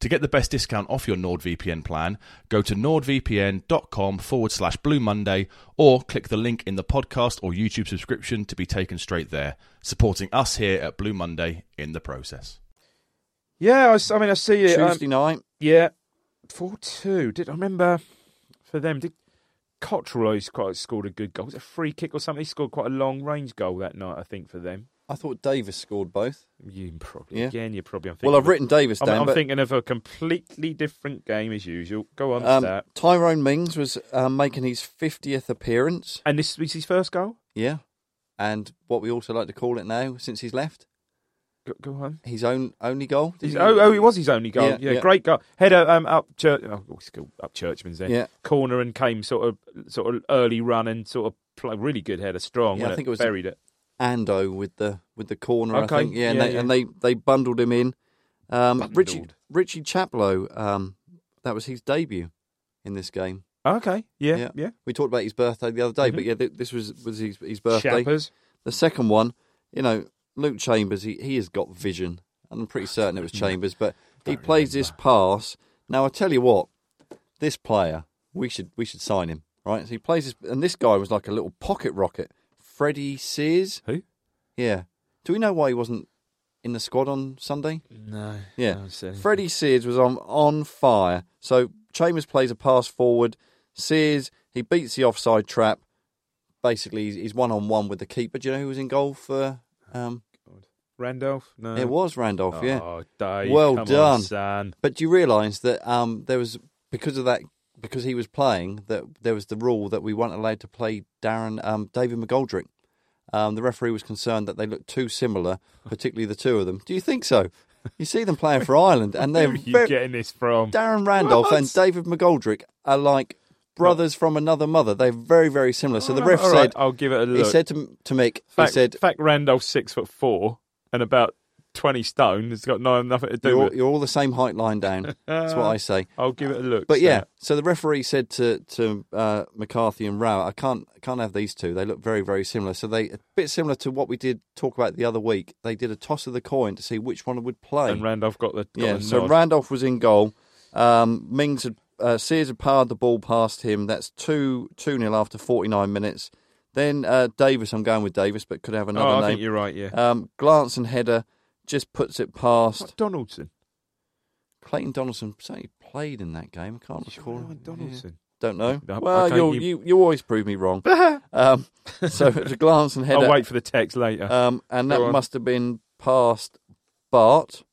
To get the best discount off your NordVPN plan, go to nordvpn.com forward slash Blue Monday or click the link in the podcast or YouTube subscription to be taken straight there, supporting us here at Blue Monday in the process.
Yeah, I, s- I mean, I see it. um,
Tuesday night.
yeah, four two. Did I remember for them? Did Cottrell always quite scored a good goal? Was it a free kick or something? He scored quite a long range goal that night, I think, for them.
I thought Davis scored both.
You probably
Yeah.
again. You probably. I'm thinking
Well, I've
of-
written Davis
I'm,
down,
I'm
but
thinking of a completely different game as usual. Go on,
um,
Stat.
Tyrone Mings was um, making his 50th appearance.
And this was his first goal.
Yeah. And what we also like to call it now, since he's left,
Go, go on.
his own only goal.
His-
Didn't
oh,
he?
oh, it was his only goal. Yeah,
Yeah, yeah.
great goal. Header um, up church. Oh, it's called up Churchman's there.
Yeah.
corner and came sort of sort of early run and sort of play, really good header, strong.
Yeah, I
wasn't
think it was-
buried it.
Ando with the with the corner,
Okay,
I think. Yeah, and,
yeah,
they,
yeah.
and they they bundled him in. Um, Richie
Bundled.
Richie Chaplow, um, that was his debut in this game.
Okay, yeah, yeah. Mm-hmm.
We talked about his birthday the other day, but yeah, th- this was was his, his birthday.
Chappers.
The second one, you know, Luke Chambers, he, he has got vision. I'm pretty certain it was Chambers, but he plays this pass. Now I tell you what, this player, we should we should sign him, right? So he plays this, and this guy was like a little pocket rocket, Freddie Sears.
Who?
Yeah. Do we know why he wasn't in the squad on Sunday?
No.
Yeah.
see.
Freddie Sears was on on fire. So Chambers plays a pass forward. Sears he beats the offside trap. Basically, he's- he's one on one with the keeper. Do you know who was in goal for? Um,
Randolph. No.
It was Randolph. yeah.
Uh, Oh, Dave.
Well
come on,
done.
son.
But do you realise that um, there was because of that because he was playing that there was the rule that we weren't allowed to play Darren um, David McGoldrick. Um, the referee was concerned that they looked too similar, particularly the two of them. Do you think so? You see them playing for Ireland, and
Where
they're
are (laughs) you
ve-
getting this from?
Darren Randolph
What?
and David McGoldrick are like brothers from another mother. They're very, very similar. So the ref
All right,
said,
"I'll give it a look."
he said to, to Mick,
fact,
he said,
fact Randolph's six foot four and about twenty stone. It's got no, nothing to do
you're,
with.
you're all the same height line down. That's what I say.
I'll give it a look.
But
so-
yeah, so the referee said to to uh, McCarthy and Rao, I can't I can't have these two. They look very very similar. So they a bit similar to what we did talk about the other week. They did a toss of the coin to see which one would play.
and Randolph got the got
Yeah,
the
so
nod.
Randolph was in goal. Um, Mings had uh, Sears had powered the ball past him. That's two two nil after forty nine minutes. Then uh, Davis, I'm going with Davis, but could have another
oh, I
name.
think you're right. Yeah,
Um, glance and header just puts it past
What, Donaldson.
Clayton Donaldson. Certainly played in that game. I can't recall.
Ryan Donaldson.
Yeah. Don't know.
No,
well,
okay,
you'll-
you-
you... You, always prove me
(laughs)
wrong. um, so it was a glance and header.
I'll wait for the text later.
Um, and that
Go on.
must have been past Bart.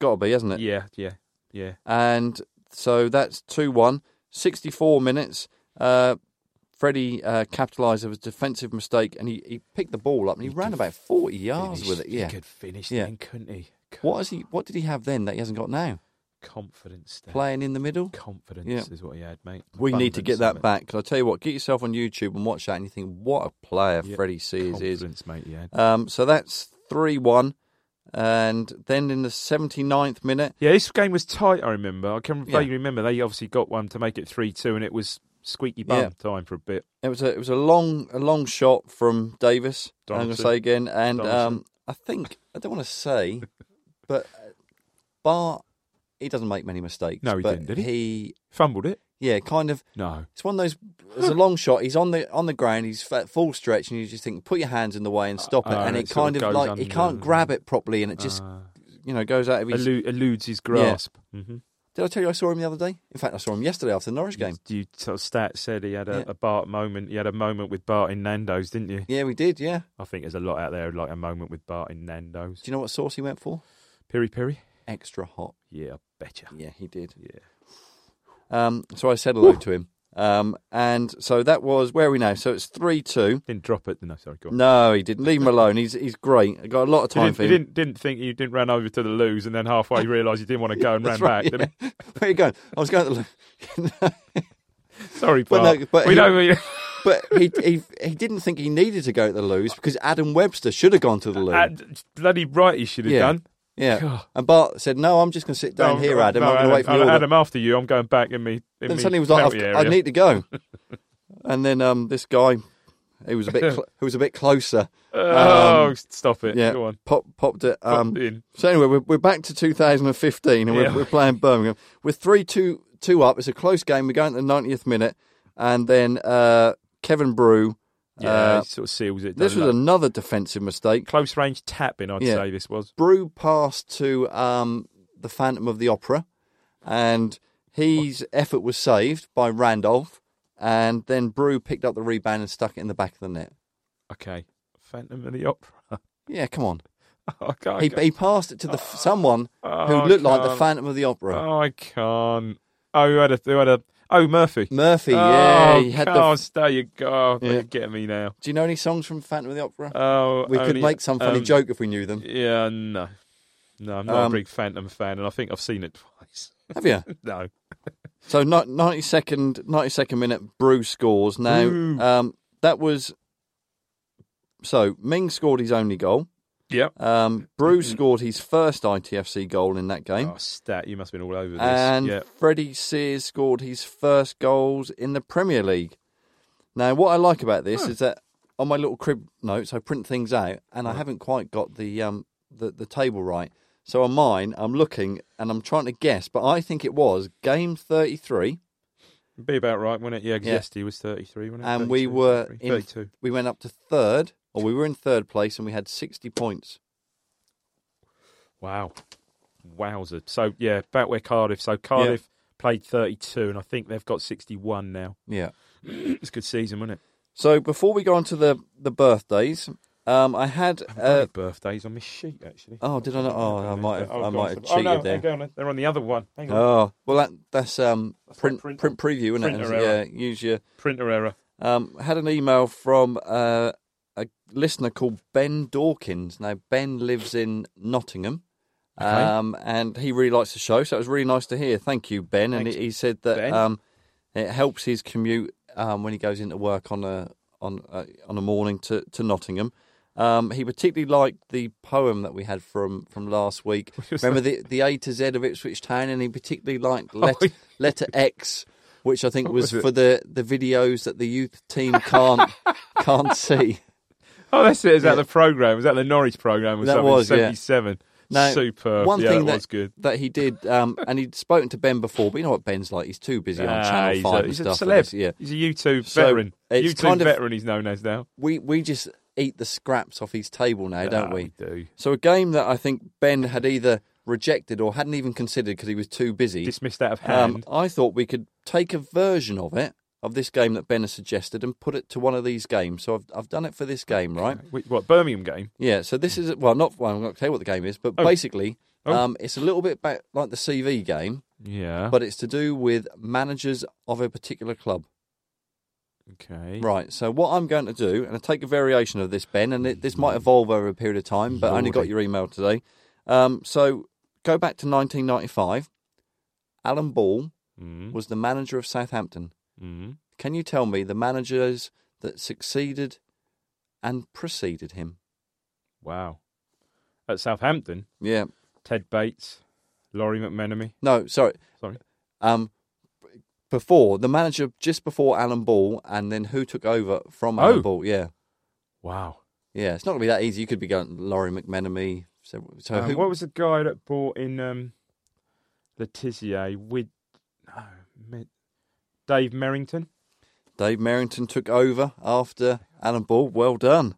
Got to be, hasn't it?
yeah, yeah, yeah.
and so that's 2 1. 64 minutes. Uh, Freddie uh, capitalised of his defensive mistake and he, he picked the ball up and he, ran about 40 yards
Finished.
with it. Yeah.
he could finish
Yeah.
then, couldn't he?
What, is he, what did he have then that he hasn't got now?
Confidence. There.
Playing in the middle?
Confidence
Yeah.
is what he had, mate.
We need to
Abundance
get
of
that
it.
back because I tell you what, get yourself on YouTube and watch that and you think, what a player
Yeah.
Freddie Sears is.
Confidence, mate. Yeah.
Um, so that's 3 1. And then in the 79th minute,
Yeah, this game was tight. I remember. I can
Yeah.
vaguely remember they obviously got one to make it three two, and it was squeaky bum
Yeah.
time for a bit.
it was a it was a long a long shot from Davis. I'm going to
Donaldson.
say again, and um,
Donaldson.
I think I don't want
(laughs)
to say, but uh, Bart he doesn't make many mistakes.
No, he
but
didn't, did he?
He
Fumbled it.
yeah, kind of
No.
It's one of those. It's
(laughs)
a long shot. He's on the on the ground. He's at full stretch, and you just think, put your hands in the way and stop it.
Oh,
and
and
it
it sort
kind
of
of,
goes
like he
under. Uh.
can't grab it properly, and it just you know goes out of his.
Elu- eludes his grasp. Mm-hmm.
Did I tell you I saw him the other day? In fact, I saw him yesterday after the Norwich game.
You sort of stat said he had a,
Yeah.
a Bart moment. He had a moment with Bart in Nando's, didn't you?
Yeah, we did. Yeah.
I think there's a lot out there like a moment with Bart in Nando's.
Do you know what sauce he went for?
Piri Piri.
Extra hot.
Yeah, I betcha.
Yeah, he did.
Yeah.
Um, so I said hello to him. Um, and so that was where are we now. So it's three two.
Didn't drop it. No, sorry. Go on.
No, he didn't. Leave him alone. He's he's great. I got a lot of
He
time
didn't,
for
he
him.
didn't didn't think he didn't run over to the loos and then halfway realised he didn't want to go
(laughs)
and ran back. did he?
yeah. Where are you going? I was going to the.
Sorry,
But
Bart.
no, but
we
he-
know (laughs) we-
(laughs) But he, he he didn't think he needed to go to the loos because Adam Webster should have gone to the loo.
Ad- Ah, bloody right he should have
Yeah.
done.
yeah,
God.
and Bart said, "No, I'm just going to sit down
No,
here,
no,
Adam.
no,
I'm going to wait for you."
Adam,
all
Adam, after you, I'm going back in me. In
then
me
suddenly he was like,
penalty
I've-
area.
"I need to go." (laughs) and then um, this guy, who was a bit cl- who was a bit closer,
(laughs)
Um,
Oh, stop (laughs) it!
yeah,
Go on.
pop popped it. Um,
Popped in.
so anyway, we're, we're back to 2015, and we're,
Yeah.
we're playing Birmingham. We're three two two up. It's a close game. We're going to the 90th minute, and then uh, Kevin Brew.
Yeah,
uh,
it sort of seals it.
this
doesn't it?
was another defensive mistake.
close range tapping. I'd
Yeah.
say this was.
Brew passed to um, the Phantom of the Opera, and his effort was saved by Randolph, and then Brew picked up the rebound and stuck it in the back of the net.
Okay, Phantom of the Opera. (laughs)
Yeah, come on.
I can't.
He,
go-
he passed it to the someone
Oh,
who looked like the
God.
Phantom of the Opera.
Oh, I can't. Oh, who had a? Who had a? Oh, Murphy.
Murphy,
oh,
yeah, he had the.
God, there you go.
Yeah.
oh, You're getting me now.
Do you know any songs from Phantom of the Opera?
Oh,
we could
only-
make some funny
um,
joke if we knew them.
Yeah, no, no, I'm not
Um,
a big Phantom fan, and I think I've seen it twice. (laughs)
Have you?
no,
So ni- 92nd, 92nd minute, Brew scores. Now,
Brew.
um, that was. So, Ming scored his only goal.
yep.
Um, Brew
Mm-hmm.
scored his first ITFC goal in that game.
Oh, stat! You must have been all over this.
and
yeah.
Freddie Sears scored his first goals in the Premier League. Now, what I like about this is that on my little crib notes, I print things out, and I haven't quite got the, um, the the table right. So on mine, I'm looking and I'm trying to guess, but I think it was game 33,
It'd be about right, wouldn't it? Yeah, 'cause
Yeah.
yesterday was 33, wasn't it?
and we
32,
were
33,
in,
32.
we went up to third, or we were in third place, and we had 60 points.
Wow. Wowzer. So, yeah, about where Cardiff. So, Cardiff played 32, and I think they've got 61 now. (clears throat)
Yeah.
it's a good season, wasn't it?
So before we go on to the the birthdays, um, I had uh,
Bloody birthdays on this sheet, actually.
oh did I not? Oh, I might have I
go
might
on,
have
so-
cheated
oh, no,
there.
hang on, They're on the other one. Hang on.
Oh well, that that's um print
print-
print preview, isn't
printer
it? Yeah,
error.
use your.
Printer error.
Um, had an email from uh, a listener called Ben Dawkins. Now Ben lives in Nottingham. Um, and he really likes the show, so it was really nice to hear. Thank you, Ben. And
Thanks,
he, he said that
Ben.
um, it helps his commute um, when he goes into work on a on a, on a morning to to Nottingham. Um, he particularly liked the poem that we had from, from
(laughs)
last week. Remember the, the A to Z of Ipswich Town, and he particularly
(laughs) Oh,
liked letter, letter X, which I think was, for the, the videos that the youth team can't can't see.
Oh, that's it. Is that the programme? Is that the Norwich programme or
That
something?
was, yeah.
77.
Now,
Superb.
One
yeah,
thing
that was good.
that he did, um, and he'd spoken to Ben before, but you know what Ben's like? He's too busy on
Ah,
Channel
he's
Five
a,
and
he's a
stuff.
celeb.
Yeah,
He's a YouTube
So,
veteran.
it's
YouTube
kind of-
veteran, he's known as now.
we we just eat the scraps off his table now, don't
Ah,
we?
do.
So a game that I think Ben had either rejected or hadn't even considered because he was too busy.
Dismissed out of hand.
Um, I thought we could take a version of it of this game that Ben has suggested and put it to one of these games. So I've I've done it for this game, right?
Wait, What, Birmingham game?
Yeah. So this is well, not well, I'm not going to tell you what the game is, but
Oh.
basically,
Oh.
um, it's a little bit back, like the CV game,
Yeah.
but it's to do with managers of a particular club.
okay.
Right. So what I'm going to do, and I take a variation of this, Ben, and it, this might evolve over a period of time, but I only got
Lordy.
your email today. Um, so go back to 1995. Alan Ball
Mm,
was the manager of Southampton.
mm.
Can you tell me the managers that succeeded and preceded him?
Wow. at Southampton,
Yeah.
Ted Bates, Laurie McMenemy.
No, sorry.
Sorry.
Um, before the manager, just before Alan Ball, and then who took over from
Oh.
Alan Ball? Yeah,
Wow.
yeah. It's not gonna be that easy. You could be going Laurie McMenemy. So, so
Um,
who?
What was the guy that brought in um, Letizier with no, Mi- Dave Merrington?
Dave Merrington took over after Alan Ball. Well done.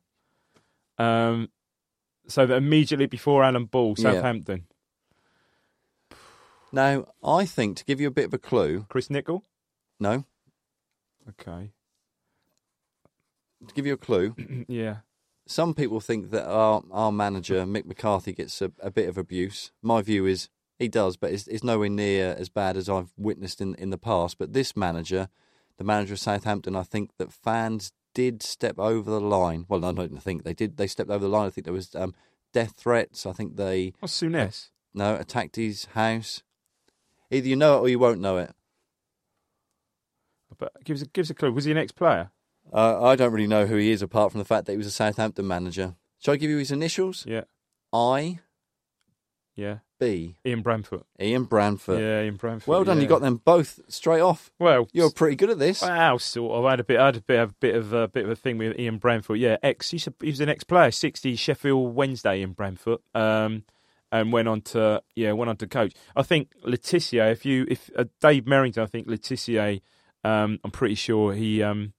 Um, so that immediately before Alan Ball,
Yeah.
Southampton,
Now, I think to give you a bit of a clue,
Chris Nickel.
no,
Okay.
to give you a clue, (clears throat)
yeah.
some people think that our our manager Mick McCarthy gets a, a bit of abuse. My view is he does, but it's, it's nowhere near as bad as I've witnessed in in the past. But this manager, the manager of Southampton, I think that fans did step over the line. Well, no, I don't think they did. They stepped over the line. I think there was um, death threats. I think they
Oh, Souness.
no attacked his house. Either you know it or you won't know it.
But give us, a, give us a clue. Was he an ex-player?
Uh, I don't really know who he is apart from the fact that he was a Southampton manager. Shall I give you his initials?
Yeah.
I
Yeah.
B.
Ian Bramfoot.
Ian Branford.
yeah, Ian Bramfoot.
Well done,
yeah.
you got them both straight off.
Well,
You're pretty good at this.
Wow, sort of. I had a bit, I had a bit, a bit of a bit of a thing with Ian Bramfoot. Yeah, ex. He's a, he was an ex-player, sixty Sheffield Wednesday. Ian Bramfoot, um, and went on to yeah, went on to coach. I think Letitia. If you if uh, Dave Merrington, I think Letitia. Um, I'm pretty sure he. Um,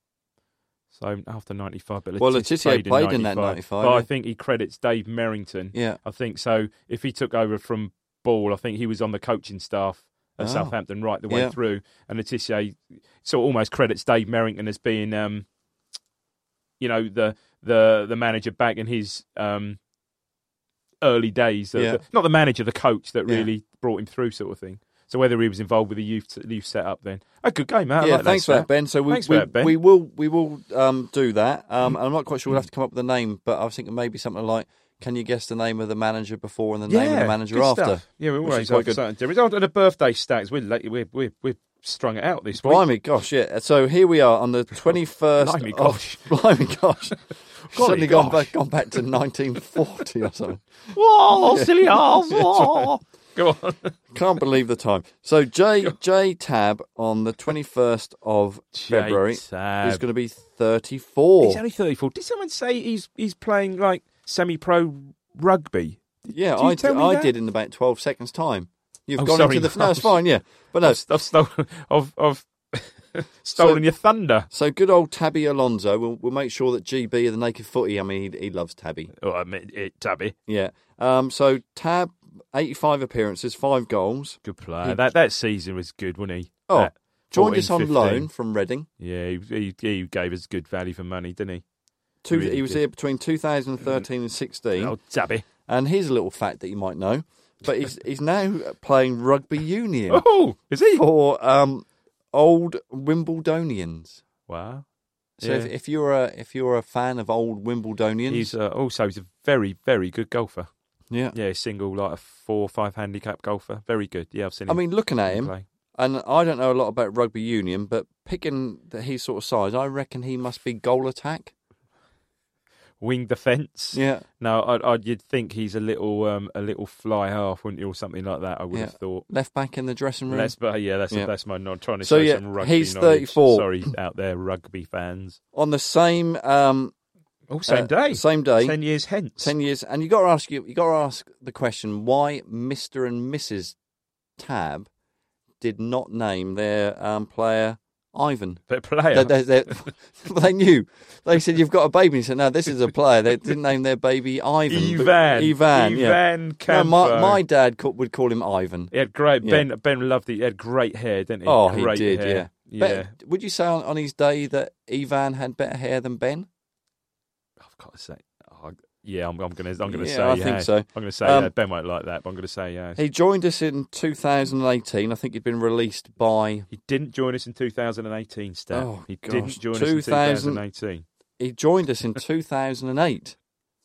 so after '95, but
Well,
Letitia
Letitia played in that 95,
But
yeah.
I think he credits Dave Merrington.
Yeah.
I think so. If he took over from Ball, I think he was on the coaching staff at
Oh.
Southampton right the way
Yeah.
through. And Letitia sort of almost credits Dave Merrington as being, um, you know, the the the manager back in his um, early days. The-
Yeah.
the- not the manager, the coach that
Yeah.
really brought him through, sort of thing. So whether he was involved with the youth youth setup then, a good game, man. I
yeah,
like that,
thanks for that,
Sam.
Ben. So we
Thanks for
we,
that, Ben.
we will we will um, do that. Um, and I'm not quite sure we'll have to come up with a name, but I was thinking maybe something like, can you guess the name of the manager before and the name of the manager
good
after?
Stuff. Yeah, we're
Which
always
is quite
after
good.
something different. Oh, and the birthday stacks. We're late, we're, we're we're strung it out this week.
Blimey, gosh, yeah. So here we are on
(laughs)
the 21st.
Blimey,
of-
gosh.
(laughs) blimey,
(laughs)
gosh. Suddenly gone
gosh.
back, gone back to 1940 or something.
Whoa,
(laughs)
silly arse. Whoa. Go on.
Can't believe the time.
(laughs)
So J J Tab on the 21st of February is
J-Tab.
going to be 34.
He's only 34. Did someone say he's he's playing like semi-pro rugby?
Yeah,
Did you
I,
tell
d-
me
I
that?
did in about 12 seconds time. You've
Oh,
gone
sorry,
into the
no.
no, it's fine, yeah. But no,
I've (laughs) stolen. I've, I've stolen
So-
your thunder.
so good old Tabby Alonso. We'll, we'll make sure that GB of the Naked Footy. I mean, he, he loves Tabby.
Oh, I mean, it, Tabby.
Yeah. Um. So Tab, 85 appearances, five goals.
Good player. That that season was good, wasn't he?
Oh,
That
joined us on
14, 15.
loan from Reading.
Yeah, he, he, he gave us good value for money, didn't
Two,
Really
he was
good.
here between 2013 and
he?
16.
Oh, Tabby.
And here's a little fact that you might know, but
(laughs)
he's he's now playing rugby union
Oh, is he?
for um old Wimbledonians.
Wow.
So if,
Yeah.
if you're a if you're a fan of old Wimbledonians,
He's uh, also he's a very very good golfer.
yeah.
Yeah, single like a four or five handicap golfer. Very good. Yeah, I've seen.
I
him
mean, looking at him,
play.
and I don't know a lot about rugby union, but picking that his sort of size, I reckon he must be goal attack.
wing defence.
Yeah,
No, I'd, I'd you'd think he's a little um, a little fly half, wouldn't you, or something like that? I would
yeah.
have thought.
left back in the dressing room.
That's but yeah, that's
Yeah.
that's my nod. Trying to
So,
show
yeah,
some rugby.
he's
knowledge.
34.
Sorry, out there, rugby fans.
On the same um
Oh, same
uh,
day.
same day,
Ten years hence.
ten years, and you got to ask you, you got to ask the question why Mister and Mrs. Tab did not name their um, player Ivan.
But player.
They,
(laughs)
they, they, (laughs) well, they knew. They said, "You've got a baby." He said, "No, this is a player." They didn't name their baby Ivan.
Ivan.
Ivan. yeah.
Ivan
No, my,
Campo.
my dad co- would call him Ivan.
he had great
Yeah.
Ben. Ben loved it. He had great hair, didn't he?
Oh,
great
he did.
hair.
Yeah.
yeah.
But would you say on, on his day that Ivan had better hair than Ben?
I've got to say, oh, yeah, I'm, I'm gonna, I'm gonna
Yeah,
say,
I
yeah.
think so.
I'm gonna say,
Um,
yeah. Ben won't like that, but I'm gonna say, yeah. He,
He joined us in 2018. I think he'd been released by
didn't join us in 2018, Stan.
Oh,
he
gosh.
didn't join us in
2000
2018.
he
(laughs)
joined us in 2008.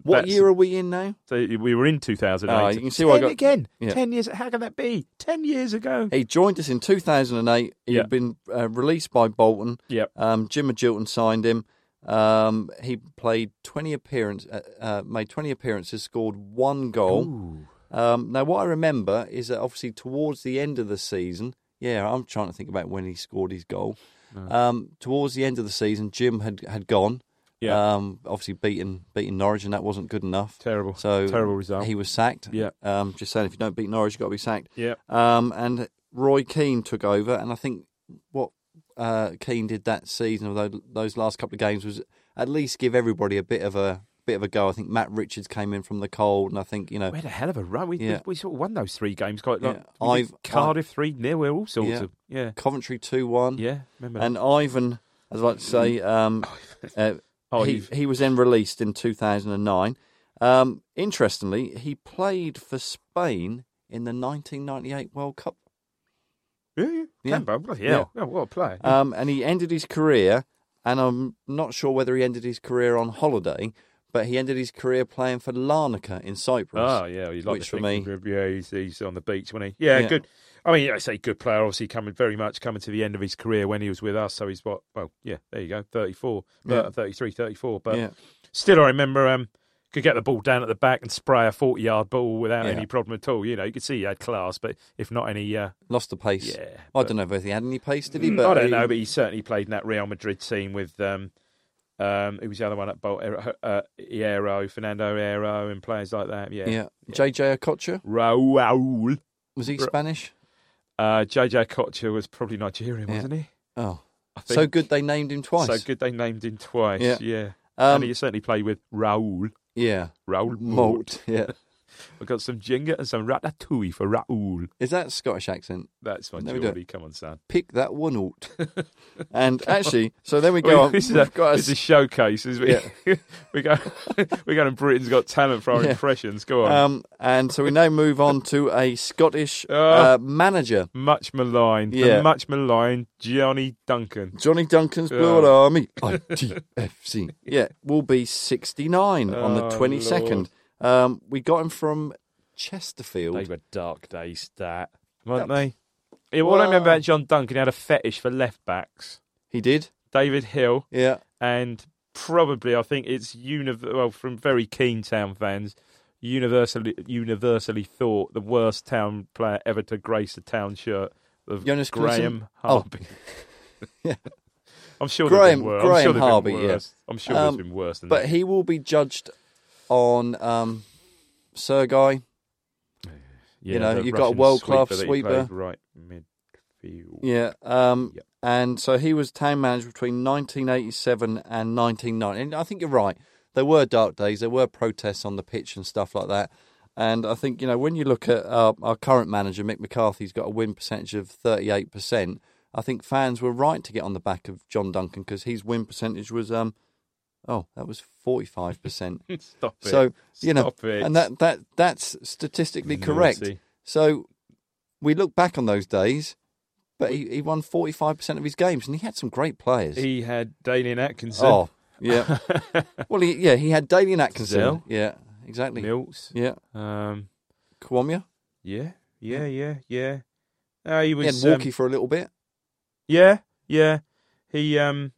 What
That's-
year are we in now?
So we were in 2008.
Ah, you can see why I got-
again.
Yeah.
Ten years. How can that be? Ten years ago.
He joined us in 2008. He'd
Yeah.
been uh, released by Bolton.
Yep.
Um, Jim Agilton signed him. Um, he played 20 appearance, uh, uh, made 20 appearances, scored one goal. Um, now, what I remember is that obviously towards the end of the season, yeah, I'm trying to think about when he scored his goal.
Uh.
Um, towards the end of the season, Jim had, had gone.
Yeah.
Um, obviously beating beating Norwich and that wasn't good enough.
Terrible.
So
Terrible result.
He was sacked.
Yeah.
Um, just saying, if you don't beat Norwich, you've got to be sacked.
Yeah.
Um, and Roy Keane took over, and I think what uh, Keane did that season, or tho- those last couple of games, was at least give everybody a bit of a bit of a go. I think Matt Richards came in from the cold, and I think you know,
We had a hell of a run. We, we-
Yeah.
we, sort of won those three games. Quite like,
Yeah.
we did
I've-
Cardiff three 0 We're all sorts
Yeah.
of yeah,
Coventry two one.
yeah. Remember
And Ivan, as I like to
(laughs)
say, um, uh,
Oh,
he,
you've-
he was then released in 2009. Um, interestingly, he played for Spain in the 1998 World Cup,
that. yeah, yeah.
Yeah.
Campo, bloody
Yeah.
hell. Oh, what a player!
um, and he ended his career. And I'm not sure whether he ended his career on holiday, but he ended his career playing for Larnaca in Cyprus.
Oh yeah, well, you like
which
the
for me-
thinking of- Yeah, he's, he's on the beach when he. Yeah,
Yeah.
good. I mean, I say good player. Obviously, coming very much coming to the end of his career when he was with us. So he's what? Well, yeah, there you go, 34,
Yeah.
uh, 33, 34. But
Yeah.
still, I remember um, could get the ball down at the back and spray a forty-yard ball without
Yeah.
any problem at all. You know, you could see he had class, but if not any, uh,
Lost the pace.
Yeah,
I
but-
don't know if he had any pace, did he?
Mm,
But
I don't
he-
know, but he certainly played in that Real Madrid team with um, um, who was the other one at Bolt, uh, Hierro, Fernando Hierro, and players like that. Yeah,
yeah. JJ Okocha,
Raúl.
was he
Bro-
Spanish?
Uh, JJ Kocher was probably Nigerian,
Yeah.
wasn't he?
Oh,
I think.
so good they named him twice.
So good they named him twice. Yeah,
Yeah.
and he
Um,
certainly played with Raúl.
yeah.
Raúl Malt.
Malt, yeah.
I got some Jenga and some ratatouille for Raúl.
Is that a Scottish accent?
That's my
There we go.
Geordie. Come on, son.
Pick that one
(laughs)
out. and actually, so then we go on.
This is
we've
a,
(laughs) got a
this is showcase. Is we, (laughs) we go we go to Britain's Got Talent for our
(laughs) Yeah.
impressions. Go on.
um, and so we now move on to a Scottish
(laughs) Ah.
uh, manager.
much maligned, the
yeah.
much maligned Johnny Duncan.
Johnny Duncan's Blue
Ah.
Army, ITFC. Yeah, will be 69 on the
Oh,
22nd. Um, we got him from Chesterfield.
They were dark days, that weren't they?
That-
Yeah, what I remember
Well-
about John Duncan, he had a fetish for left backs.
He did?
David Hill,
Yeah.
and probably I think it's univ- well from very keen town fans, universally universally thought the worst town player ever to grace a town shirt of
Jonas Knudsen?
Graham
Oh.
Harby.
(laughs) Yeah.
(laughs) I'm sure there's
Graham,
been worse. I'm
Graham
sure there's
Harby,
been
yes.
worse. I'm sure
Um,
there's been worse than
But
that.
he will be judged on um, Sergei.
Yeah,
you know,
the
you've got a
Russian
world-class
that he
sweeper.
played Right midfield.
Yeah. Um,
Yep.
And so he was town manager between 1987 and 1990. And I think you're right. There were dark days. There were protests on the pitch and stuff like that. And I think, you know, when you look at uh, our current manager, Mick McCarthy's got a win percentage of 38%. I think fans were right to get on the back of John Duncan because his win percentage was, um, oh, that was
(laughs) (laughs)
45%.
Stop it.
So you know,
Stop it.
and that that that's statistically correct.
Naughty.
So we look back on those days, but he, he won forty five percent of his games, and he had some great players.
he had Danian Atkinson.
oh,
(laughs)
yeah. well, he, yeah, he had Dalian Atkinson.
Zell.
Yeah, exactly.
Mills.
Yeah,
Um,
Kwamia.
yeah, yeah, yeah, yeah. Uh, he
He had
was um,
Walkie for a little bit.
Yeah, yeah. He um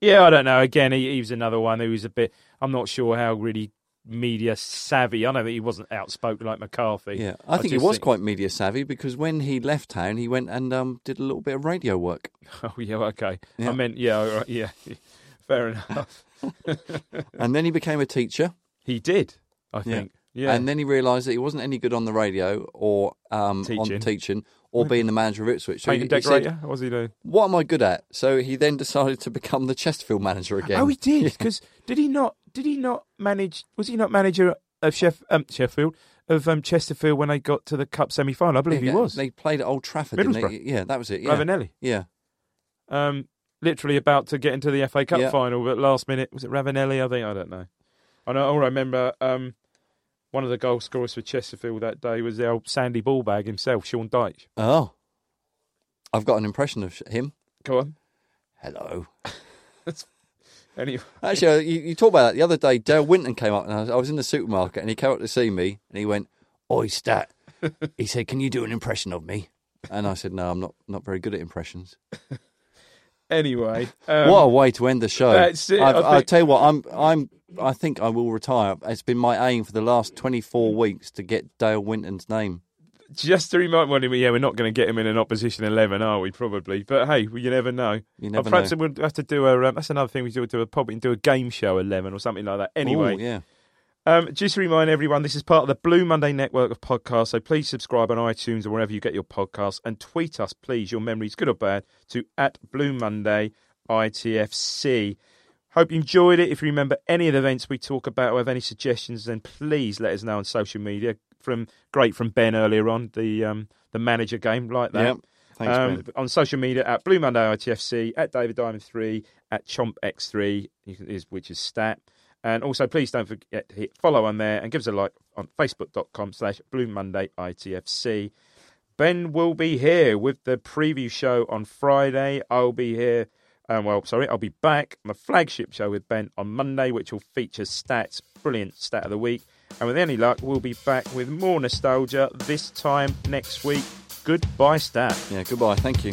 Yeah, I don't know. Again, he, he was another one who was a bit I'm not sure how really media savvy. I know that he wasn't outspoken like McCarthy.
Yeah, I think he
just
was quite media savvy because when he left town, he went and um, did a little bit of radio work.
(laughs) Oh yeah, okay. I
Yeah.
meant yeah, all right, yeah. (laughs) Fair enough.
and then he became a teacher.
he did, I think. Yeah.
And then he realised that he wasn't any good on the radio or um,
Teaching.
on teaching or being the manager of Ipswich. So
Paint and
he, he said,
decorator, what was he doing?
"What am I good at?" So he then decided to become the Chesterfield manager again.
Oh, he did. Because did he not? Did he not manage? Was he not manager of Sheff, um, Sheffield of um, Chesterfield when they got to the Cup semi-final? I believe he
Yeah,
was.
They played at Old Trafford, didn't they?
Middlesbrough.
Yeah, that was it. Yeah,
Ravenelli.
yeah,
um, literally about to get into the FA Cup
Yeah.
final, but last minute was it Ravanelli? I think I don't know. I know. All I remember um, one of the goal scorers for Chesterfield that day was the old Sandy Ballbag himself, Sean Dyche.
Oh, I've got an impression of sh- him.
Go on.
Hello.
Any,
Actually, uh, you, you talk about that the other day. Dale Winton came up, and I was, I was in the supermarket, and he came up to see me, and he went, "Oi,
(laughs)
stat." he said, "Can you do an impression of me?" And I said, "No, I'm not not very good at impressions."
Anyway, um,
what a way to end the show!
That's it,
I've,
I
I
think-
tell you what, I'm, I'm, I think I will retire. It's been my aim for the last 24 weeks to get Dale Winton's name.
just to remind one, yeah, we're not going to get him in an opposition eleven, are we? Probably, but hey, well, you never know.
You never
Uh, perhaps
know.
we'll have to do a. Um, that's another thing we do. Do a probably do a game show eleven or something like that. Anyway,
Ooh, yeah.
Um, just to remind everyone, this is part of the Blue Monday network of podcasts. So please subscribe on iTunes or wherever you get your podcasts, and tweet us, please, your memories, good or bad, to at Blue Monday ITFC. Hope you enjoyed it. If you remember any of the events we talk about or have any suggestions, then please let us know on social media. From great from Ben earlier on the um, the manager game like that.
Yep. Thanks,
Um,
Ben.
On social media at Blue Monday ITFC, at David Diamond Three, at Chomp X Three, is which is stat. And also, please don't forget to hit follow on there and give us a like on Facebook.com/slash Blue Monday ITFC. Ben will be here with the preview show on Friday. I'll be here. Um, well, sorry, I'll be back on the flagship show with Ben on Monday, which will feature stats, brilliant stat of the week. And with any luck, we'll be back with more nostalgia this time next week. Goodbye, stat.
Yeah. Goodbye. Thank you.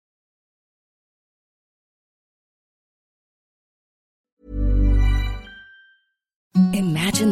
Imagine